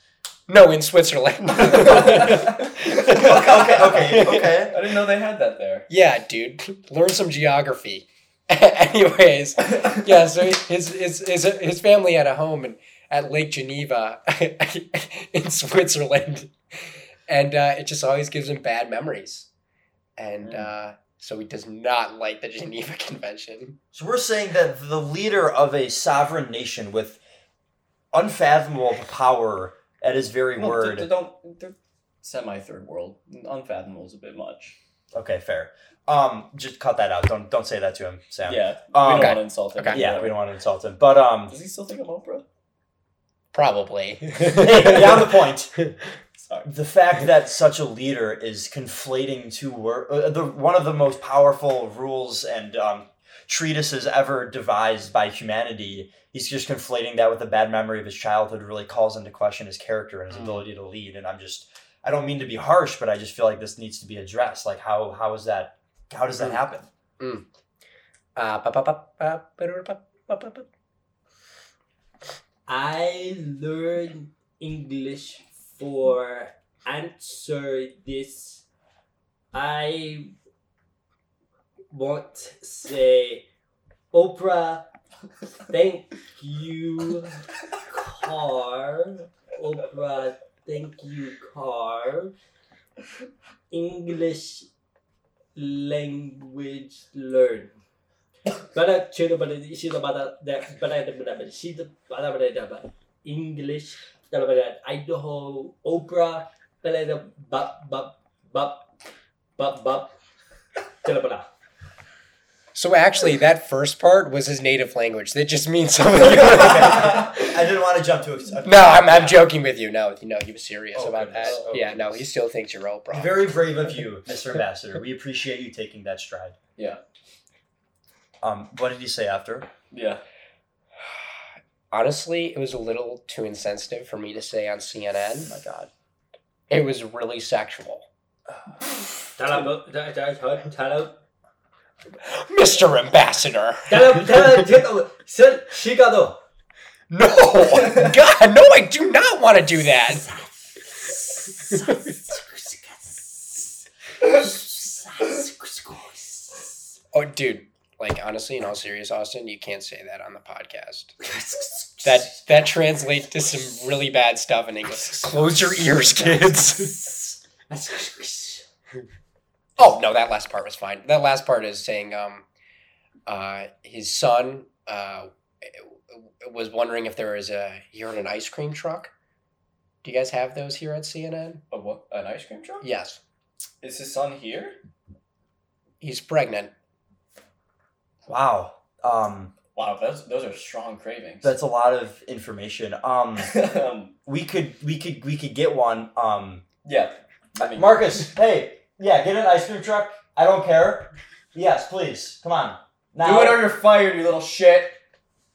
[SPEAKER 5] no, in Switzerland.
[SPEAKER 1] okay, okay, okay.
[SPEAKER 2] I didn't know they had that there.
[SPEAKER 5] Yeah, dude, learn some geography. Anyways, yeah. So his his his his family had a home in, at Lake Geneva in Switzerland, and uh, it just always gives him bad memories, and
[SPEAKER 1] Hmm.
[SPEAKER 5] uh, so he does not like the Geneva Convention.
[SPEAKER 1] So we're saying that the leader of a sovereign nation with unfathomable power at his very
[SPEAKER 2] No,
[SPEAKER 1] word.
[SPEAKER 2] they- they don't. They're semi third world. Unfathomable is a bit much.
[SPEAKER 1] Okay, fair. Um, just cut that out. Don't don't say that to him, Sam.
[SPEAKER 2] Yeah. Oh, we
[SPEAKER 1] Um,
[SPEAKER 2] don't
[SPEAKER 5] Okay.
[SPEAKER 2] want to insult him.
[SPEAKER 5] Okay.
[SPEAKER 1] Yeah, we don't want to insult him. But um,
[SPEAKER 2] Does he still think I'm Oprah?
[SPEAKER 5] Probably.
[SPEAKER 1] hey, beyond the point.
[SPEAKER 2] Sorry.
[SPEAKER 1] The fact that such a leader is conflating two words, uh, the one of the most powerful rules and um, treatises ever devised by humanity, he's just conflating that with a bad memory of his childhood. Really calls into question his character and his
[SPEAKER 5] Mm.
[SPEAKER 1] ability to lead. And I'm just, I don't mean to be harsh, but I just feel like this needs to be addressed. Like how how is that? How does that
[SPEAKER 5] Mm.
[SPEAKER 1] happen?
[SPEAKER 5] Uh, ba- ba- ba- ba- ba- ba- ba- ba- ba-
[SPEAKER 3] I learned English for answer this. I won't say Oprah, thank you, car. Oprah, thank you, car. English language learn. But she's about that. But she's about English. Idaho, Oprah. Bop, bop, bop, bop, bop.
[SPEAKER 5] So actually, that first part was his native language. That just means something.
[SPEAKER 1] I didn't want to jump to a,
[SPEAKER 5] No, I'm, I'm joking with you. No, you know, he was serious
[SPEAKER 1] Oh,
[SPEAKER 5] about
[SPEAKER 1] goodness.
[SPEAKER 5] that.
[SPEAKER 1] Oh,
[SPEAKER 5] yeah, no, he still thinks you're Oprah.
[SPEAKER 1] Very brave of you, Mr. Ambassador. We appreciate you taking that stride.
[SPEAKER 2] Yeah.
[SPEAKER 1] Um, what did he say after?
[SPEAKER 2] Yeah.
[SPEAKER 5] Honestly, it was a little too insensitive for me to say on
[SPEAKER 1] Oh
[SPEAKER 5] CNN.
[SPEAKER 1] my god.
[SPEAKER 5] It was really sexual. Mr. Ambassador. No, God, no, I do not want to do that. Oh, dude, like honestly, in all serious, Austin, you can't say that on the podcast. That that translates to some really bad stuff in English. Close your ears, kids. Oh no, that last part was fine. That last part is saying um, uh, his son uh, was wondering if there was a he heard an ice cream truck. Do you guys have those here at CNN?
[SPEAKER 2] A what? An ice cream truck?
[SPEAKER 5] Yes,
[SPEAKER 2] Is his son here?
[SPEAKER 5] he's pregnant.
[SPEAKER 1] Wow. Um,
[SPEAKER 2] Wow, those those are strong cravings.
[SPEAKER 1] that's a lot of information. Um,
[SPEAKER 2] um,
[SPEAKER 1] we could we could we could get one. Um,
[SPEAKER 2] yeah. I mean,
[SPEAKER 1] Marcus, hey, yeah, get an ice cream truck. I don't care. Yes, please. Come on. Now.
[SPEAKER 2] do it or you're fired, you little shit.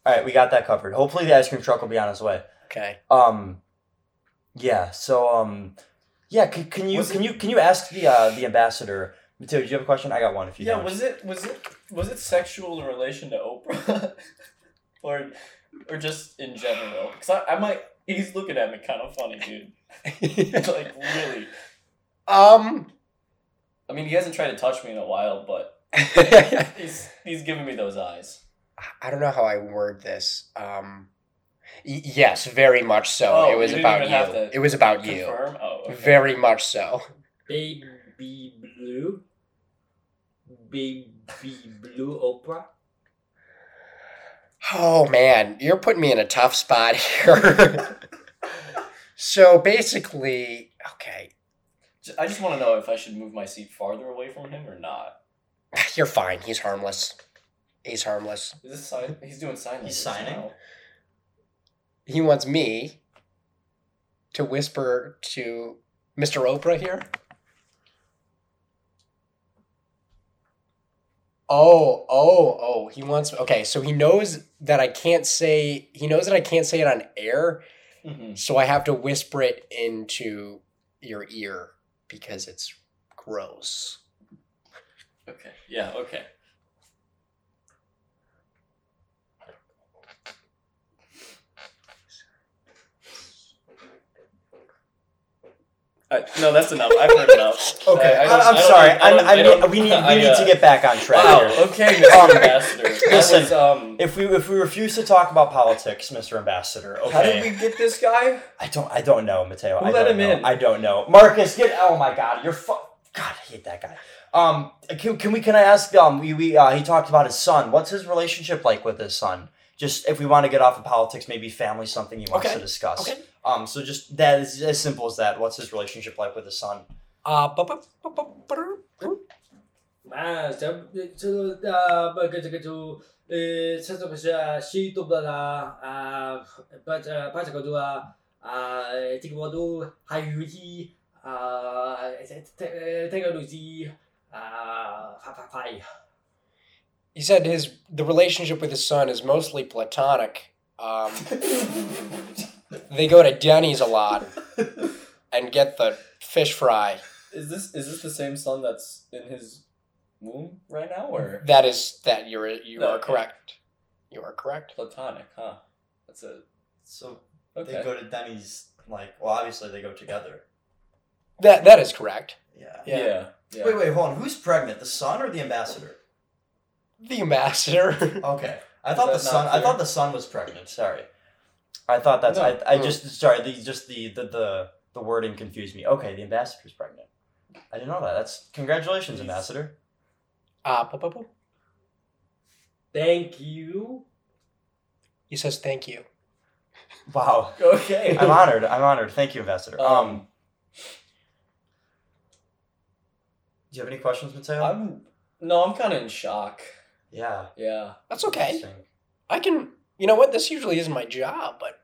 [SPEAKER 1] All right, we got that covered. Hopefully, the ice cream truck will be on its way.
[SPEAKER 5] Okay,
[SPEAKER 1] Um, yeah. So, um, yeah. Can, can you
[SPEAKER 2] Was it-
[SPEAKER 1] can you can you ask the uh, the ambassador? Mateo, do you have a question? I got one. If you
[SPEAKER 2] Yeah,
[SPEAKER 1] don't.
[SPEAKER 2] was it was it was it sexual in relation to Oprah, or or just in general? Because I, I might he's looking at me kind of funny, dude. like really.
[SPEAKER 5] um,
[SPEAKER 2] I mean, he hasn't tried to touch me in a while, but he's he's giving me those eyes.
[SPEAKER 5] I don't know how I word this. Um, y- yes, very much so.
[SPEAKER 2] Oh,
[SPEAKER 5] it was
[SPEAKER 2] you didn't
[SPEAKER 5] about
[SPEAKER 2] even
[SPEAKER 5] you.
[SPEAKER 2] have to
[SPEAKER 5] It was about you.
[SPEAKER 2] Confirm. Oh, okay.
[SPEAKER 5] Very much so.
[SPEAKER 3] Baby Blue. Baby Blue Oprah.
[SPEAKER 5] Oh man, you're putting me in a tough spot here. so basically, okay,
[SPEAKER 2] J- I just want to know if I should move my seat farther away from him or not.
[SPEAKER 5] you're fine. He's harmless. He's harmless.
[SPEAKER 2] Is this sign? He's doing sign.
[SPEAKER 1] He's
[SPEAKER 2] language
[SPEAKER 1] signing?
[SPEAKER 2] now.
[SPEAKER 5] He wants me to whisper to Mr. Oprah here. Oh, oh, oh. He wants. Okay, so he knows that I can't say. He knows that I can't say it on air,
[SPEAKER 2] Mhm.
[SPEAKER 5] so I have to whisper it into your ear because it's gross.
[SPEAKER 2] Mm-hmm. Okay. Yeah. Okay. I, Uh, no, that's enough. I've heard enough.
[SPEAKER 5] Okay,
[SPEAKER 2] I, I
[SPEAKER 1] I,
[SPEAKER 2] don't- I
[SPEAKER 1] am
[SPEAKER 2] don't-
[SPEAKER 1] sorry.
[SPEAKER 2] I
[SPEAKER 1] I,
[SPEAKER 2] don't-
[SPEAKER 1] I,
[SPEAKER 2] I don't-
[SPEAKER 1] we need we
[SPEAKER 2] I,
[SPEAKER 1] need
[SPEAKER 2] uh,
[SPEAKER 1] to get back on track.
[SPEAKER 2] Wow.
[SPEAKER 1] here.
[SPEAKER 2] Okay,
[SPEAKER 5] um,
[SPEAKER 2] Mr. Ambassador. That
[SPEAKER 1] Listen,
[SPEAKER 2] was, um,
[SPEAKER 1] If we if we refuse to talk about politics, Mr. Ambassador, okay.
[SPEAKER 2] how did we get this guy?
[SPEAKER 1] I don't I don't know, Mateo.
[SPEAKER 2] Who
[SPEAKER 1] I
[SPEAKER 2] let
[SPEAKER 1] don't
[SPEAKER 2] him
[SPEAKER 1] know.
[SPEAKER 2] in?
[SPEAKER 1] I don't know. Marcus, get oh my god, you're fu- God, I hate that guy. Um can, can we can I ask um we, we uh, he talked about his son. What's his relationship like with his son? Just if we want to get off of politics, maybe family something he wants
[SPEAKER 2] Okay.
[SPEAKER 1] to discuss.
[SPEAKER 5] Okay.
[SPEAKER 1] Um so just that is as simple as that. What's his relationship like with his son?
[SPEAKER 5] Uh, bu- bu- bu- bu- bu- bu-
[SPEAKER 3] Man, so so uh, but good to get to uh, such a uh, she to but uh, uh, but uh, but go to uh, uh, take what do how you he uh, take a look uh, five five.
[SPEAKER 5] He said his the relationship with his son is mostly platonic. Um, they go to Denny's a lot
[SPEAKER 2] um,
[SPEAKER 5] and get the fish fry.
[SPEAKER 2] Is this is this the same son that's in his womb right now, or
[SPEAKER 5] That is that you're you
[SPEAKER 2] No,
[SPEAKER 5] are
[SPEAKER 2] okay.
[SPEAKER 5] correct. You are correct.
[SPEAKER 2] platonic? Huh. That's a
[SPEAKER 1] So
[SPEAKER 2] okay.
[SPEAKER 1] they go to Denny's like well obviously they go together.
[SPEAKER 5] That that is correct.
[SPEAKER 1] Yeah.
[SPEAKER 5] Yeah.
[SPEAKER 2] yeah. yeah.
[SPEAKER 1] Wait, wait, hold on. Who's pregnant? The son or the ambassador?
[SPEAKER 5] The ambassador.
[SPEAKER 1] Okay. I
[SPEAKER 2] Is
[SPEAKER 1] thought
[SPEAKER 2] that
[SPEAKER 1] the
[SPEAKER 2] not
[SPEAKER 1] son. I
[SPEAKER 2] clear?
[SPEAKER 1] thought the son was pregnant. Sorry. I thought that's.
[SPEAKER 2] No.
[SPEAKER 1] I, I
[SPEAKER 5] Mm.
[SPEAKER 1] just sorry. The, just the, the the the wording confused me. Okay, the ambassador's pregnant. I didn't know that. That's congratulations,
[SPEAKER 2] Jeez.
[SPEAKER 1] ambassador.
[SPEAKER 5] Ah, bu- bu- bu-
[SPEAKER 3] Thank you.
[SPEAKER 5] He says thank you.
[SPEAKER 1] Wow.
[SPEAKER 2] Okay.
[SPEAKER 1] I'm honored. I'm honored. Thank you, ambassador. Um.
[SPEAKER 2] Um,
[SPEAKER 1] do you have any questions, Mateo?
[SPEAKER 2] I'm no, I'm kind of in shock.
[SPEAKER 1] yeah.
[SPEAKER 2] Yeah.
[SPEAKER 5] That's okay.
[SPEAKER 1] interesting.
[SPEAKER 5] I can. You know what? This usually isn't my job, but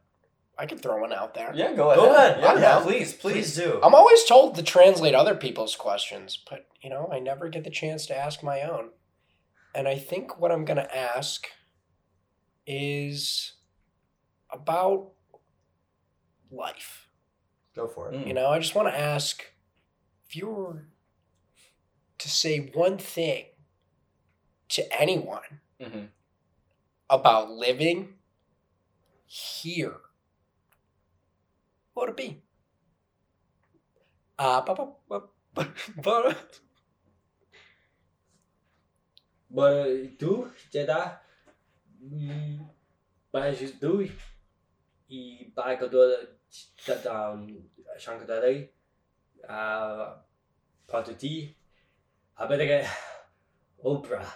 [SPEAKER 5] I can throw one out there.
[SPEAKER 2] Yeah. Go ahead.
[SPEAKER 1] Go ahead.
[SPEAKER 2] Yeah.
[SPEAKER 1] Yeah.
[SPEAKER 2] Please.
[SPEAKER 1] Please
[SPEAKER 2] Please.
[SPEAKER 1] do.
[SPEAKER 5] I'm always told to translate other people's questions, but you know, I never get the chance to ask my own. And I think what I'm going to ask is about life.
[SPEAKER 1] Go for it.
[SPEAKER 3] Hmm.
[SPEAKER 5] You know, I just want to ask if you were to say one thing to anyone
[SPEAKER 2] hmm
[SPEAKER 5] about living here, what would it be? Uh, bu- bu- bu- bu- bu-
[SPEAKER 3] But tu Jedi, mm, mas tu e vai com toda da Shankar Daddy, a Pato T, a bit like Oprah.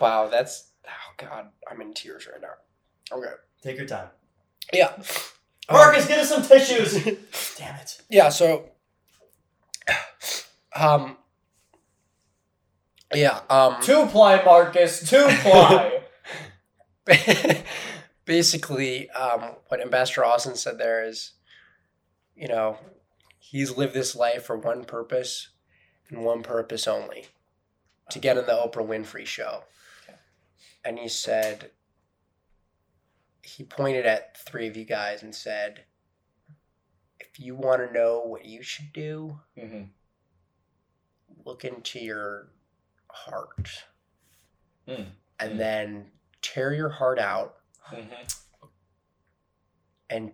[SPEAKER 5] wow, that's oh god, I'm in tears right now. Okay,
[SPEAKER 1] Take your time.
[SPEAKER 5] yeah, Um,
[SPEAKER 1] Marcus, get us some tissues. Damn it.
[SPEAKER 5] yeah. So, um, yeah, um,
[SPEAKER 2] Two ply, Marcus. Two ply.
[SPEAKER 5] basically, um, what Ambassador Austin said there is, you know, he's lived this life for one purpose and one purpose only to get on the Oprah Winfrey show. And he said, he pointed at three of you guys and said, if you want to know what you should do,
[SPEAKER 2] hmm
[SPEAKER 5] look into your heart.
[SPEAKER 2] Mm.
[SPEAKER 5] And
[SPEAKER 2] Mm.
[SPEAKER 5] then tear your heart out
[SPEAKER 2] hmm
[SPEAKER 5] and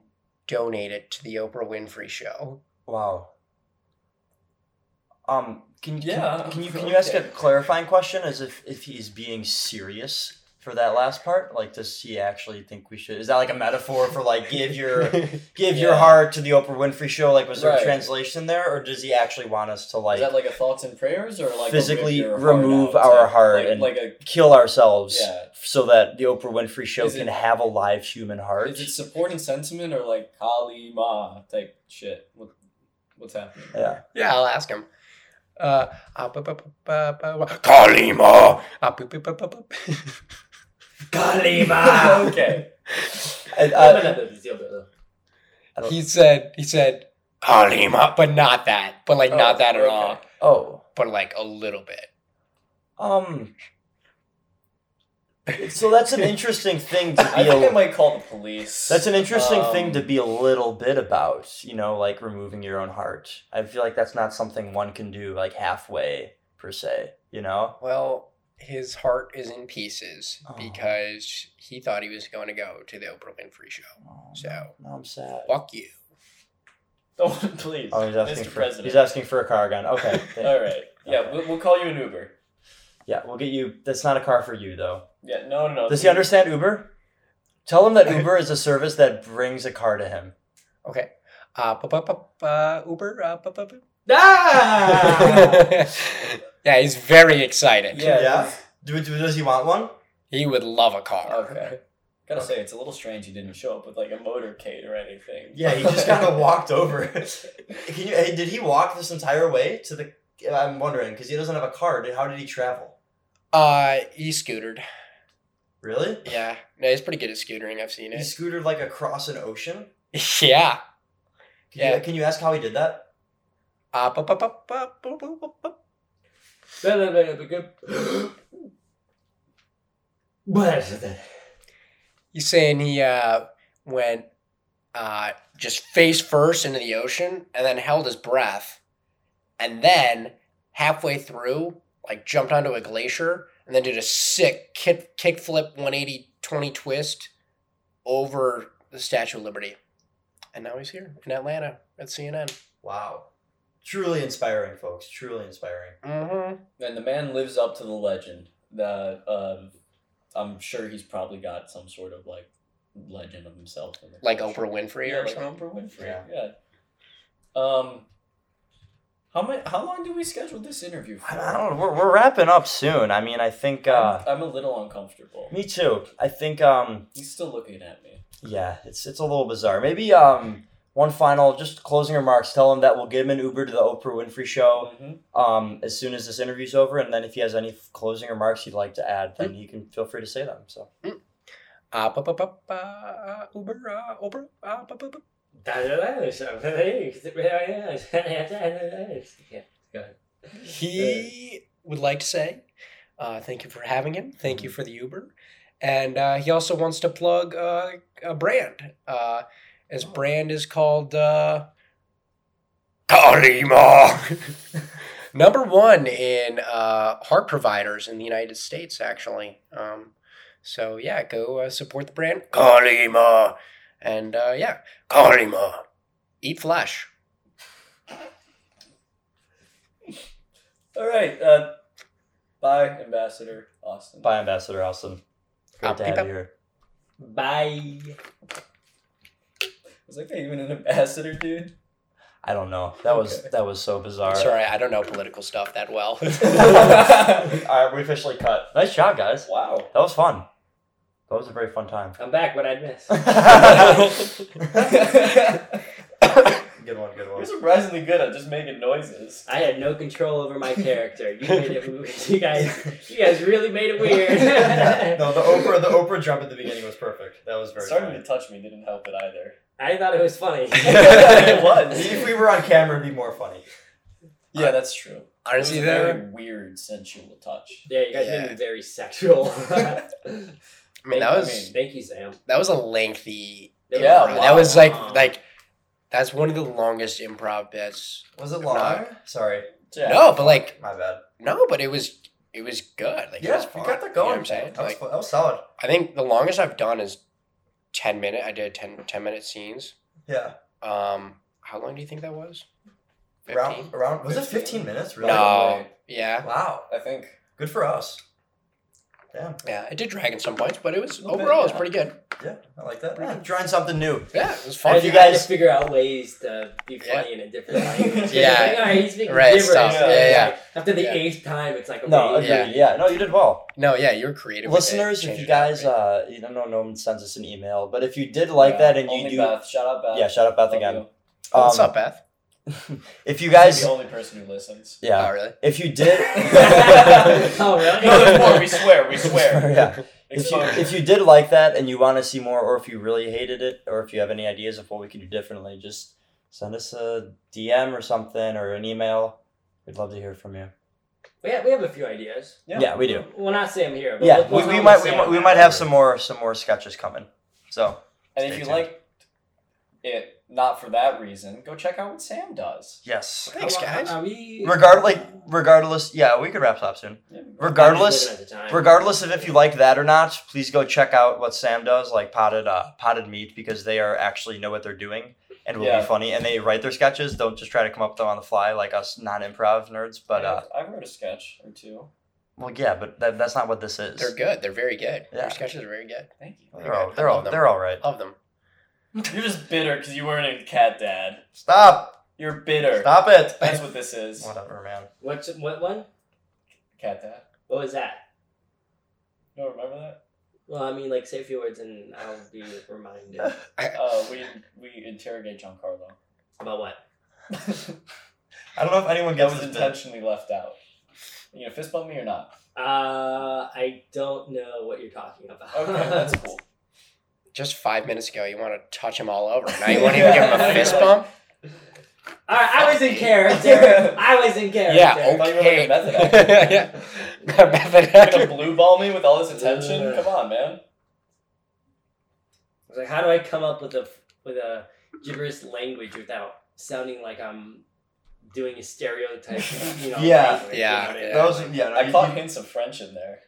[SPEAKER 5] donate it to the Oprah Winfrey Show.
[SPEAKER 1] Wow. Um, can you
[SPEAKER 2] Yeah,
[SPEAKER 1] can, can you can you ask a
[SPEAKER 2] okay.
[SPEAKER 1] clarifying question as if if he's being serious for that last part? Like, does he actually think we should? Is that like a metaphor for like give your give your
[SPEAKER 2] Yeah.
[SPEAKER 1] heart to the Oprah Winfrey Show? Like, was there a
[SPEAKER 2] Right.
[SPEAKER 1] translation there, or does he actually want us to like,
[SPEAKER 2] Is that like a thoughts and prayers, or like a
[SPEAKER 1] Physically
[SPEAKER 2] rip your
[SPEAKER 1] remove
[SPEAKER 2] heart out
[SPEAKER 1] our
[SPEAKER 2] type-
[SPEAKER 1] heart
[SPEAKER 2] like,
[SPEAKER 1] and-
[SPEAKER 2] like a
[SPEAKER 1] kill ourselves
[SPEAKER 2] Yeah.
[SPEAKER 1] so that the Oprah Winfrey Show
[SPEAKER 2] Is it-
[SPEAKER 1] can have a live human heart?
[SPEAKER 2] is it supporting sentiment or like Kali Ma type shit? What, what's happening?
[SPEAKER 1] yeah.
[SPEAKER 5] Yeah, I'll ask him. Uh, ah, bu- bu- bu- bu- bu- bu- Kalima. Ah, bu- bu- bu- bu- bu-
[SPEAKER 3] Kalima!
[SPEAKER 2] okay.
[SPEAKER 1] I,
[SPEAKER 3] Uh,
[SPEAKER 1] I, I don't-
[SPEAKER 5] he said, he said, Kalima, but not that, but like
[SPEAKER 2] Oh,
[SPEAKER 5] not that at
[SPEAKER 2] okay.
[SPEAKER 5] all.
[SPEAKER 1] Oh.
[SPEAKER 5] but like a little bit.
[SPEAKER 1] Um. So that's an interesting thing to
[SPEAKER 2] I
[SPEAKER 1] be.
[SPEAKER 2] think I
[SPEAKER 1] A,
[SPEAKER 2] might call the police.
[SPEAKER 1] that's an interesting thing
[SPEAKER 2] Um,
[SPEAKER 1] to be a little bit about. You know, like removing your own heart. I feel like that's not something one can do like halfway per se. You know.
[SPEAKER 5] Well, his heart is in pieces
[SPEAKER 1] Oh.
[SPEAKER 5] because he thought he was going to go to the Oprah Winfrey show. So.
[SPEAKER 1] now I'm sad.
[SPEAKER 5] Fuck you.
[SPEAKER 2] Don't please.
[SPEAKER 1] Oh, he's asking
[SPEAKER 2] Mr.
[SPEAKER 1] for
[SPEAKER 2] President.
[SPEAKER 1] he's asking for a car gun. Okay.
[SPEAKER 2] All right. Yeah, we'll, we'll call you an Uber.
[SPEAKER 1] yeah, we'll get you. That's not a car for you though.
[SPEAKER 2] Yeah. No, no, no.
[SPEAKER 1] Does he understand Uber? Tell him that Uber is a service that brings a car to him.
[SPEAKER 5] Okay. Uh, bu- bu- bu- bu- Uber. Uh, bu- bu- bu-
[SPEAKER 3] Ah!
[SPEAKER 5] yeah, he's very excited.
[SPEAKER 2] Yeah.
[SPEAKER 1] Yeah. Do, do, does he want one?
[SPEAKER 5] He would love a car.
[SPEAKER 2] Okay. Gotta say, it's a little strange you didn't show up with like a motorcade or anything.
[SPEAKER 1] Yeah, he just kind of walked over. Can you? Hey, did he walk this entire way to the? I'm wondering because he doesn't have a car. Did- How did he travel?
[SPEAKER 5] Uh, he scootered.
[SPEAKER 1] Really?
[SPEAKER 5] Yeah. No, he's pretty good at scootering. I've seen
[SPEAKER 1] He
[SPEAKER 5] it.
[SPEAKER 1] scootered like across an ocean.
[SPEAKER 5] yeah.
[SPEAKER 1] Can
[SPEAKER 5] Yeah.
[SPEAKER 1] You, can you ask how he did that?
[SPEAKER 5] Uh, bu- bu- bu- bu- bu- bu- bu- bu-
[SPEAKER 3] What is it?
[SPEAKER 5] He's saying he uh, went uh, just face first into the ocean and then held his breath. And then halfway through, like jumped onto a glacier and then did a sick kick, kick flip 180 20 twist over the Statue of Liberty. And now he's here in Atlanta at CNN.
[SPEAKER 1] Wow. Truly inspiring, folks. Truly inspiring.
[SPEAKER 5] Mm-hmm.
[SPEAKER 2] And the man lives up to the legend. The um, I'm sure he's probably got some sort of like legend of himself. In the
[SPEAKER 5] Like
[SPEAKER 2] culture.
[SPEAKER 5] Oprah Winfrey
[SPEAKER 2] yeah,
[SPEAKER 5] or
[SPEAKER 2] like
[SPEAKER 5] something.
[SPEAKER 2] Oprah Winfrey.
[SPEAKER 1] Yeah.
[SPEAKER 2] Yeah. Um. How many, How long do we schedule this interview for?
[SPEAKER 1] I, I don't. We're, we're wrapping up soon. I mean, I think. Uh,
[SPEAKER 2] I'm, I'm a little uncomfortable.
[SPEAKER 1] me too. I think. Um,
[SPEAKER 2] He's still looking at me.
[SPEAKER 1] Yeah, it's it's a little bizarre. Maybe um one final just closing remarks. Tell him that we'll give him an Uber to the Oprah Winfrey show
[SPEAKER 2] Mhm.
[SPEAKER 1] um as soon as this interview's over, and then if he has any f- closing remarks he'd like to add, then he can feel free to say them. So
[SPEAKER 2] Ah,
[SPEAKER 5] Uh, bu- bu- bu- bu- uh, Uber, uh, Uber, uh, bu- bu- bu- He would like to say, uh, thank you for having him. Thank you for the Uber. And uh, he also wants to plug uh, a brand. Uh, his brand is called uh, Karima. Number one in uh, heart providers in the United States, actually. Um, so, yeah, go uh, support the brand Karima. And uh, yeah, Karima. Eat flesh.
[SPEAKER 2] All right. Uh, bye, Ambassador Austin.
[SPEAKER 1] bye Ambassador Austin. Great
[SPEAKER 5] Uh,
[SPEAKER 1] to have
[SPEAKER 5] peep
[SPEAKER 1] you here.
[SPEAKER 3] Bye.
[SPEAKER 2] Was that guy even an ambassador, dude?
[SPEAKER 1] I don't know. That was
[SPEAKER 2] Okay.
[SPEAKER 1] that was so bizarre.
[SPEAKER 5] Sorry, I don't know political stuff that well.
[SPEAKER 1] Alright, we officially cut. Nice job, guys.
[SPEAKER 2] wow.
[SPEAKER 1] That was fun. That was a very fun time.
[SPEAKER 3] I'm back. What I missed.
[SPEAKER 1] good one, good
[SPEAKER 2] You're surprisingly good at just making noises.
[SPEAKER 3] I had no control over my character. You made it. weird. You guys, you guys really made it weird.
[SPEAKER 1] no, the Oprah the Oprah jump at the beginning was perfect. That was very
[SPEAKER 2] Starting
[SPEAKER 1] funny.
[SPEAKER 2] to touch me didn't help it either.
[SPEAKER 3] I thought it was funny.
[SPEAKER 2] it was.
[SPEAKER 1] If we were on camera, it'd be more funny.
[SPEAKER 2] Yeah, that's true.
[SPEAKER 5] Honestly,
[SPEAKER 2] it was a
[SPEAKER 5] there.
[SPEAKER 2] very weird sensual touch.
[SPEAKER 3] Yeah, you guys made
[SPEAKER 5] Yeah.
[SPEAKER 3] me very sexual.
[SPEAKER 5] I mean, that was
[SPEAKER 3] Thank you, Sam.
[SPEAKER 5] that was a lengthy.
[SPEAKER 3] That
[SPEAKER 2] Yeah,
[SPEAKER 5] improv.
[SPEAKER 2] wow.
[SPEAKER 5] that was
[SPEAKER 3] Um,
[SPEAKER 5] like like that's one of the longest improv bits.
[SPEAKER 1] Was it
[SPEAKER 5] No.
[SPEAKER 1] long? Sorry,
[SPEAKER 2] Jack,
[SPEAKER 5] no, but like
[SPEAKER 1] my bad.
[SPEAKER 5] no, but it was it was good. Like it was
[SPEAKER 1] Yeah,
[SPEAKER 5] fun.
[SPEAKER 1] we got that
[SPEAKER 5] You know what
[SPEAKER 1] going.
[SPEAKER 5] I'm saying?
[SPEAKER 1] That was,
[SPEAKER 5] Like,
[SPEAKER 1] fu- that was solid.
[SPEAKER 5] I think the longest I've done is ten minute. I did 10, 10 minute scenes.
[SPEAKER 1] Yeah,
[SPEAKER 5] Um, how long do you think that was?
[SPEAKER 1] around
[SPEAKER 5] 15?
[SPEAKER 1] around was it
[SPEAKER 2] 15?
[SPEAKER 1] fifteen minutes? Really?
[SPEAKER 5] No. Yeah,
[SPEAKER 1] Wow,
[SPEAKER 2] I think.
[SPEAKER 1] good for us. Damn.
[SPEAKER 5] yeah. It did drag in some points, but it was
[SPEAKER 2] Little bit,
[SPEAKER 5] overall it was
[SPEAKER 2] yeah.
[SPEAKER 5] pretty good.
[SPEAKER 1] Yeah, I like that. Yeah, trying something new.
[SPEAKER 5] Yeah, it was
[SPEAKER 3] I
[SPEAKER 5] fun.
[SPEAKER 1] you
[SPEAKER 3] you guys
[SPEAKER 1] guys-
[SPEAKER 3] to figure out ways to be
[SPEAKER 5] Yeah.
[SPEAKER 3] funny in a different language.
[SPEAKER 5] Yeah.
[SPEAKER 3] Like, all right, he's making
[SPEAKER 5] Right,
[SPEAKER 3] gibberish.
[SPEAKER 5] stop.
[SPEAKER 3] So
[SPEAKER 2] Yeah,
[SPEAKER 3] it's
[SPEAKER 5] yeah.
[SPEAKER 3] like, after the
[SPEAKER 5] Yeah.
[SPEAKER 3] eighth time, it's like okay,
[SPEAKER 1] No, agreed. Yeah.
[SPEAKER 5] Yeah.
[SPEAKER 1] no, you did well,
[SPEAKER 5] No, yeah, you're creative. with it.
[SPEAKER 1] listeners. If
[SPEAKER 5] Changed
[SPEAKER 1] you
[SPEAKER 5] it up,
[SPEAKER 1] guys,
[SPEAKER 5] right?
[SPEAKER 1] uh, you don't know, no one sends us an email, but if you did like that and you
[SPEAKER 2] only
[SPEAKER 1] do,
[SPEAKER 2] Beth. Shout out Beth.
[SPEAKER 1] yeah, shout out Beth
[SPEAKER 2] Love
[SPEAKER 1] again.
[SPEAKER 2] you.
[SPEAKER 5] Oh, what's
[SPEAKER 1] um,
[SPEAKER 5] up, Beth?
[SPEAKER 1] If you
[SPEAKER 2] She's
[SPEAKER 1] guys,
[SPEAKER 2] the only person who listens.
[SPEAKER 5] Oh,
[SPEAKER 1] yeah,
[SPEAKER 5] really?
[SPEAKER 1] if you did,
[SPEAKER 3] oh really?
[SPEAKER 2] No, there's more. We swear. We swear.
[SPEAKER 1] yeah. If you,
[SPEAKER 2] Exposure.
[SPEAKER 1] if you did like that and you want to see more, or if you really hated it, or if you have any ideas of what we could do differently, just send us a DM or something or an email. We'd love to hear from you.
[SPEAKER 3] We have, we have a few ideas.
[SPEAKER 1] Yeah, we do.
[SPEAKER 3] Well, not Sam here. But
[SPEAKER 1] Yeah,
[SPEAKER 3] we'll-
[SPEAKER 1] we,
[SPEAKER 3] we'll
[SPEAKER 1] we
[SPEAKER 3] talk
[SPEAKER 1] might
[SPEAKER 3] with
[SPEAKER 1] we,
[SPEAKER 3] Sam
[SPEAKER 1] might- we
[SPEAKER 3] afterwards.
[SPEAKER 1] might have some more some more sketches coming. So
[SPEAKER 2] And
[SPEAKER 1] Stay
[SPEAKER 2] if you
[SPEAKER 1] tuned.
[SPEAKER 2] like it, not for that reason, go check out what Sam does.
[SPEAKER 1] yes,
[SPEAKER 5] Thanks, guys.
[SPEAKER 3] Are we-
[SPEAKER 1] regard like regardless, yeah, we could wrap up soon. Regardless,
[SPEAKER 3] At the time.
[SPEAKER 1] regardless of if you like that or not, please go check out what Sam does, like potted uh, potted meat, because they are actually know what they're doing and will
[SPEAKER 2] Yeah.
[SPEAKER 1] be funny, and they write their sketches. Don't just try to come up with them on the fly like us non improv nerds. But uh,
[SPEAKER 2] I, I wrote a sketch or two.
[SPEAKER 1] well, yeah, but that, that's not what this is.
[SPEAKER 5] They're good. They're very good.
[SPEAKER 1] Yeah.
[SPEAKER 5] Their sketches are very good.
[SPEAKER 2] Thank you.
[SPEAKER 1] They're all they're all they're all right.
[SPEAKER 5] Love them.
[SPEAKER 2] You're just bitter because you weren't a cat dad.
[SPEAKER 1] Stop!
[SPEAKER 2] You're bitter.
[SPEAKER 1] Stop it!
[SPEAKER 2] That's what this is.
[SPEAKER 1] Whatever, man.
[SPEAKER 3] What's what one?
[SPEAKER 2] Cat dad.
[SPEAKER 3] What was that?
[SPEAKER 2] You don't remember that?
[SPEAKER 3] Well, I mean, like say a few words and I'll be reminded
[SPEAKER 2] Uh, we we interrogate Giancarlo.
[SPEAKER 3] about what.
[SPEAKER 2] that
[SPEAKER 1] I don't know if anyone gets
[SPEAKER 2] was
[SPEAKER 1] this bit.
[SPEAKER 2] intentionally left out. You gonna fist bump me or not?
[SPEAKER 3] Uh, I don't know what you're talking about.
[SPEAKER 2] Okay, that's cool.
[SPEAKER 5] Just five minutes ago, you want to touch them all over. Now you won't even give them a fist bump.
[SPEAKER 3] All right, I was in character. I was in character.
[SPEAKER 5] Yeah.
[SPEAKER 2] thought you were like
[SPEAKER 5] Okay.
[SPEAKER 2] a method actor.
[SPEAKER 5] Yeah.
[SPEAKER 2] You're gonna
[SPEAKER 5] Method
[SPEAKER 2] blue ball me with all this attention? Come on, man.
[SPEAKER 3] I was like, how do I come up with a with a gibberish language without sounding like I'm doing a stereotype? You know,
[SPEAKER 1] Yeah.
[SPEAKER 3] language, you
[SPEAKER 5] Yeah.
[SPEAKER 3] know what I mean?
[SPEAKER 1] Those, yeah, no,
[SPEAKER 2] I
[SPEAKER 1] you-
[SPEAKER 2] caught
[SPEAKER 1] you-
[SPEAKER 2] hints of French in there.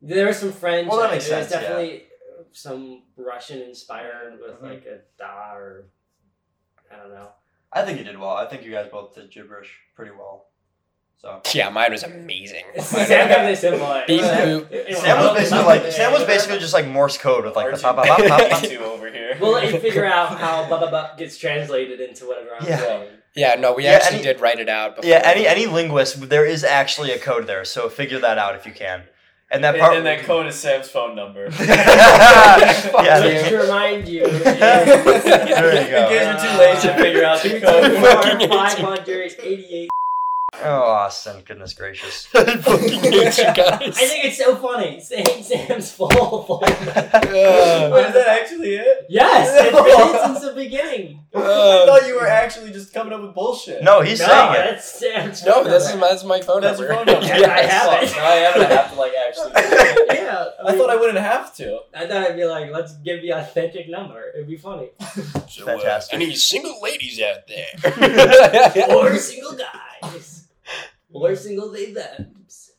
[SPEAKER 3] There was some French.
[SPEAKER 1] Well, that
[SPEAKER 3] uh,
[SPEAKER 1] makes
[SPEAKER 3] there was
[SPEAKER 1] sense, yeah.
[SPEAKER 3] definitely uh, some Russian inspired with
[SPEAKER 1] Mhm.
[SPEAKER 3] like a da or I don't know.
[SPEAKER 1] I think you did well. I think you guys both did gibberish pretty well. So
[SPEAKER 5] Yeah, mine was amazing.
[SPEAKER 3] Sam got this in mind.
[SPEAKER 5] Beep
[SPEAKER 3] Sam-
[SPEAKER 5] boop.
[SPEAKER 3] it- it
[SPEAKER 1] Sam
[SPEAKER 3] was
[SPEAKER 1] was basically like
[SPEAKER 3] there.
[SPEAKER 1] Sam was basically just like Morse code with like the pop, pop, pop, pop, pop.
[SPEAKER 2] R2 over here.
[SPEAKER 3] We'll let you figure out how blah blah blah gets translated into whatever. I'm
[SPEAKER 1] Yeah.
[SPEAKER 3] saying.
[SPEAKER 5] Yeah, no, we
[SPEAKER 1] Yeah,
[SPEAKER 5] actually
[SPEAKER 1] any-
[SPEAKER 5] did write it out. Before.
[SPEAKER 1] Yeah, any any linguist, there is actually a code there, so figure that out if you can. And that
[SPEAKER 2] And,
[SPEAKER 1] part.
[SPEAKER 2] and that code is Sam's phone number.
[SPEAKER 1] Yeah,
[SPEAKER 5] Fuck
[SPEAKER 3] Just
[SPEAKER 5] you.
[SPEAKER 3] to remind you.
[SPEAKER 1] There you go.
[SPEAKER 2] In case you're too late to figure out the code.
[SPEAKER 5] Fucking
[SPEAKER 3] Five hundred eighty-eight.
[SPEAKER 1] oh, Austin! Goodness gracious.
[SPEAKER 5] I fucking hate you guys.
[SPEAKER 3] I think it's so funny. Sam, Sam's full. full.
[SPEAKER 5] Uh,
[SPEAKER 2] Wait, is that actually it?
[SPEAKER 3] Yes, it's been it since the beginning.
[SPEAKER 2] I thought you were actually just coming up with bullshit.
[SPEAKER 1] Uh, no, he's
[SPEAKER 3] no,
[SPEAKER 1] saying it.
[SPEAKER 3] that's Sam's.
[SPEAKER 5] no,
[SPEAKER 3] phone
[SPEAKER 5] this is
[SPEAKER 3] number.
[SPEAKER 5] my, this is my phone
[SPEAKER 2] Oh, That's your
[SPEAKER 5] number.
[SPEAKER 2] phone number.
[SPEAKER 3] Yeah, I have it.
[SPEAKER 2] Fuck, Now I am gonna have to like actually. do it.
[SPEAKER 3] Yeah,
[SPEAKER 2] I thought I wouldn't have to.
[SPEAKER 3] I thought I'd be like, let's give the authentic number. It'd be funny.
[SPEAKER 5] So,
[SPEAKER 1] Fantastic.
[SPEAKER 5] any single ladies out there?
[SPEAKER 3] or single guys. Or single they thems.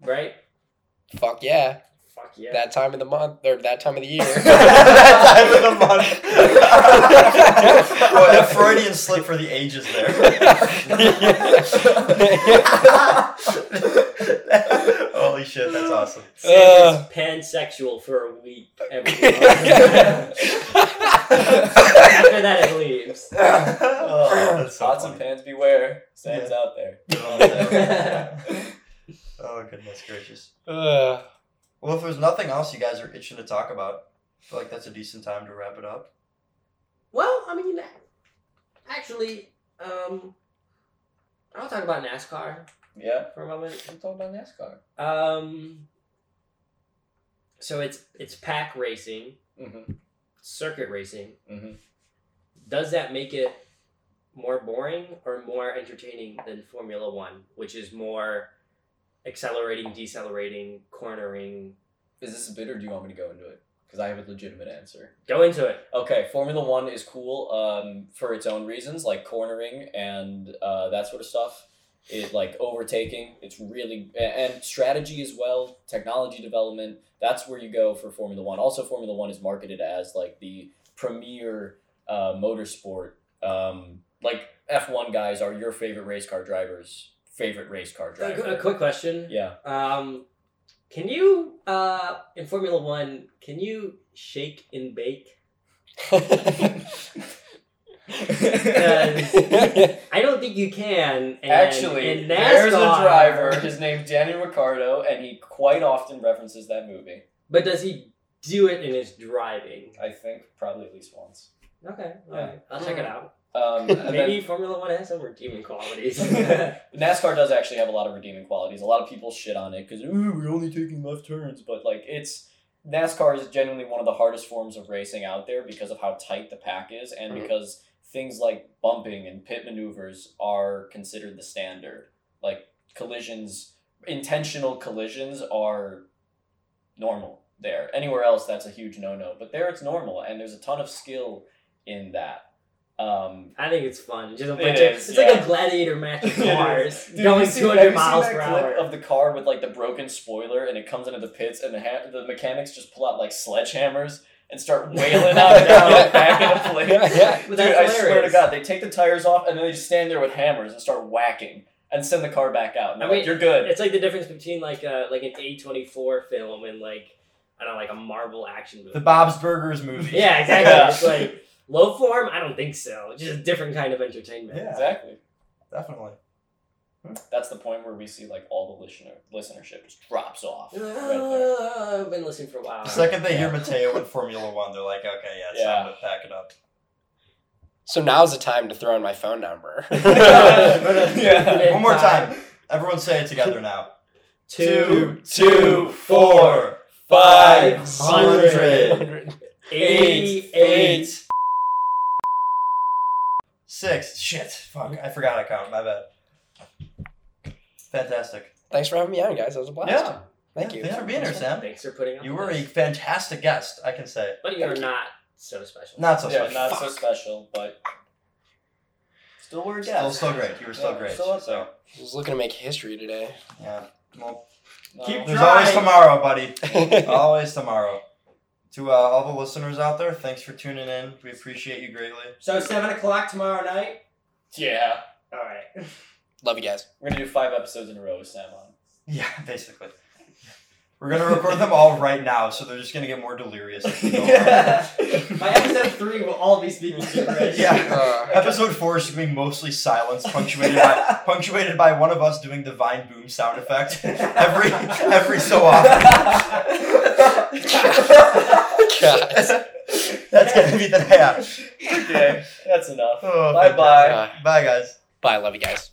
[SPEAKER 3] Right?
[SPEAKER 5] Fuck yeah.
[SPEAKER 3] Fuck yeah.
[SPEAKER 5] That time of the month, or that time of the
[SPEAKER 1] Time of
[SPEAKER 5] year.
[SPEAKER 1] the month. Boy, that Freudian slip for the ages there. Holy shit, that's awesome.
[SPEAKER 3] Sam
[SPEAKER 5] Uh.
[SPEAKER 3] is pansexual for a week every month. After that, it leaves.
[SPEAKER 1] Oh, that's so
[SPEAKER 2] Pots and
[SPEAKER 1] funny.
[SPEAKER 2] pans beware. Sam's out there.
[SPEAKER 1] Oh goodness gracious.
[SPEAKER 5] Uh,
[SPEAKER 1] Well, if there's nothing else you guys are itching to talk about, I feel like that's a decent time to wrap it up.
[SPEAKER 3] Well, I mean, actually, um, I'll talk about NASCAR
[SPEAKER 2] yeah.
[SPEAKER 3] for a moment.
[SPEAKER 2] I'm talking about NASCAR.
[SPEAKER 3] Um, so it's it's pack racing,
[SPEAKER 2] Mm-hmm.
[SPEAKER 3] circuit racing.
[SPEAKER 2] Mm-hmm.
[SPEAKER 3] Does that make it more boring or more entertaining than Formula One, which is more accelerating, decelerating, cornering?
[SPEAKER 2] Is this a bit or do you want me to go into it? Because I have a legitimate answer.
[SPEAKER 3] Go into it.
[SPEAKER 2] Okay, Formula One is cool um, for its own reasons, like cornering and uh, that sort of stuff. It like overtaking. It's really a- and strategy as well, technology development. That's where you go for Formula One. Also, Formula One is marketed as like the premier uh, motorsport. Um, like F one guys are your favorite race car drivers. Favorite race car
[SPEAKER 3] A,
[SPEAKER 2] driver.
[SPEAKER 3] qu- a quick question.
[SPEAKER 2] Yeah.
[SPEAKER 3] Um, can you uh in Formula One? Can you shake and bake? I don't think you can. And
[SPEAKER 2] Actually,
[SPEAKER 3] in
[SPEAKER 2] there's a
[SPEAKER 3] NASCAR-
[SPEAKER 2] driver. His name's Daniel Ricciardo, and he quite often references that movie.
[SPEAKER 3] But does he do it in his driving?
[SPEAKER 2] I think probably at least once.
[SPEAKER 3] Okay,
[SPEAKER 2] Yeah.
[SPEAKER 3] alright. I'll check it out.
[SPEAKER 2] Um, and
[SPEAKER 3] Maybe
[SPEAKER 2] then
[SPEAKER 3] Formula One has some redeeming qualities.
[SPEAKER 2] NASCAR does actually have a lot of redeeming qualities. A lot of people shit on it because we're only taking left turns, but like it's NASCAR is genuinely one of the hardest forms of racing out there because of how tight the pack is, and
[SPEAKER 5] Mhm.
[SPEAKER 2] because things like bumping and pit maneuvers are considered the standard. Like collisions, intentional collisions are normal there. Anywhere else, that's a huge no no. But there, it's normal, and there's a ton of skill in that. Um,
[SPEAKER 3] I think it's fun. Just a
[SPEAKER 2] It
[SPEAKER 3] bunch of-
[SPEAKER 2] is,
[SPEAKER 3] it's like
[SPEAKER 2] yeah.
[SPEAKER 3] a gladiator match of
[SPEAKER 2] It is.
[SPEAKER 3] cars
[SPEAKER 2] Dude,
[SPEAKER 3] going
[SPEAKER 2] you see-
[SPEAKER 3] two
[SPEAKER 2] have you
[SPEAKER 3] hundred
[SPEAKER 2] seen
[SPEAKER 3] miles
[SPEAKER 2] that
[SPEAKER 3] per
[SPEAKER 2] clip
[SPEAKER 3] hour.
[SPEAKER 2] of the car with like the broken spoiler, and it comes into the pits, and the ha- the mechanics just pull out like sledgehammers and start wailing out and down the back of the plate.
[SPEAKER 5] Yeah, yeah.
[SPEAKER 3] But
[SPEAKER 2] Dude,
[SPEAKER 3] that's
[SPEAKER 2] I swear to
[SPEAKER 3] hilarious.
[SPEAKER 2] God, they take the tires off and then they just stand there with hammers and start whacking and send the car back out. And
[SPEAKER 3] I
[SPEAKER 2] they're like,
[SPEAKER 3] mean,
[SPEAKER 2] you're good.
[SPEAKER 3] It's like the difference between like uh like an A twenty four film and like I don't know, like a Marvel action movie.
[SPEAKER 1] The Bob's Burgers movie.
[SPEAKER 3] yeah, exactly.
[SPEAKER 2] Yeah.
[SPEAKER 3] It's like low form. I don't think so. It's just a different kind of entertainment.
[SPEAKER 1] Yeah.
[SPEAKER 2] Exactly.
[SPEAKER 1] Definitely.
[SPEAKER 2] That's the point where we see like all the listener listenership just drops off. right there.
[SPEAKER 3] Uh, I've been listening for a while.
[SPEAKER 1] The second they hear
[SPEAKER 2] Yeah.
[SPEAKER 1] Mateo in Formula One, they're like, okay, yeah, it's
[SPEAKER 2] Yeah.
[SPEAKER 1] time to pack it up.
[SPEAKER 5] So now's the time to throw in my phone number.
[SPEAKER 2] yeah.
[SPEAKER 1] One more
[SPEAKER 3] Five,
[SPEAKER 1] time. Everyone say it together now.
[SPEAKER 3] Two,
[SPEAKER 1] two, four,
[SPEAKER 3] five
[SPEAKER 1] hundred,
[SPEAKER 3] eight, eight.
[SPEAKER 1] six. Shit, fuck, I forgot I count. My bad. Fantastic.
[SPEAKER 5] Thanks for having me on, guys. That was a blast.
[SPEAKER 1] Yeah.
[SPEAKER 5] Thank
[SPEAKER 1] Yeah,
[SPEAKER 5] you.
[SPEAKER 1] Thanks for being here, Sam.
[SPEAKER 3] Thanks for putting up.
[SPEAKER 1] You
[SPEAKER 3] with
[SPEAKER 1] were a
[SPEAKER 3] us.
[SPEAKER 1] fantastic guest, I can say.
[SPEAKER 3] but you're
[SPEAKER 5] Thank you.
[SPEAKER 3] not so special.
[SPEAKER 1] Not so
[SPEAKER 2] Yeah,
[SPEAKER 1] special.
[SPEAKER 2] not so special, but still we're a
[SPEAKER 1] Still,
[SPEAKER 2] guest.
[SPEAKER 1] still great. You were still
[SPEAKER 2] Yeah,
[SPEAKER 1] great.
[SPEAKER 2] still up
[SPEAKER 1] so,
[SPEAKER 5] I was looking to make history today.
[SPEAKER 1] yeah. Well,
[SPEAKER 2] No.
[SPEAKER 1] there's
[SPEAKER 3] trying.
[SPEAKER 1] always tomorrow, buddy. always tomorrow. To uh, all the listeners out there, thanks for tuning in. We appreciate you greatly.
[SPEAKER 3] So seven o'clock tomorrow night.
[SPEAKER 2] Yeah.
[SPEAKER 3] All right.
[SPEAKER 5] Love you guys.
[SPEAKER 2] We're gonna do five episodes in a row with Sam on.
[SPEAKER 1] Yeah, basically. We're gonna record them all right now, so they're just gonna get more delirious. as we go along.
[SPEAKER 3] By episode three, we'll all be speaking gibberish.
[SPEAKER 1] Yeah.
[SPEAKER 5] Uh,
[SPEAKER 1] Episode four is gonna be mostly silence, punctuated by punctuated by one of us doing the vine boom sound effect every every so often.
[SPEAKER 5] God.
[SPEAKER 1] That's gonna be the yeah.
[SPEAKER 2] okay, that's enough.
[SPEAKER 1] Oh,
[SPEAKER 2] Bye-bye.
[SPEAKER 1] fantastic. Bye guys.
[SPEAKER 5] Uh, Bye. Love you guys.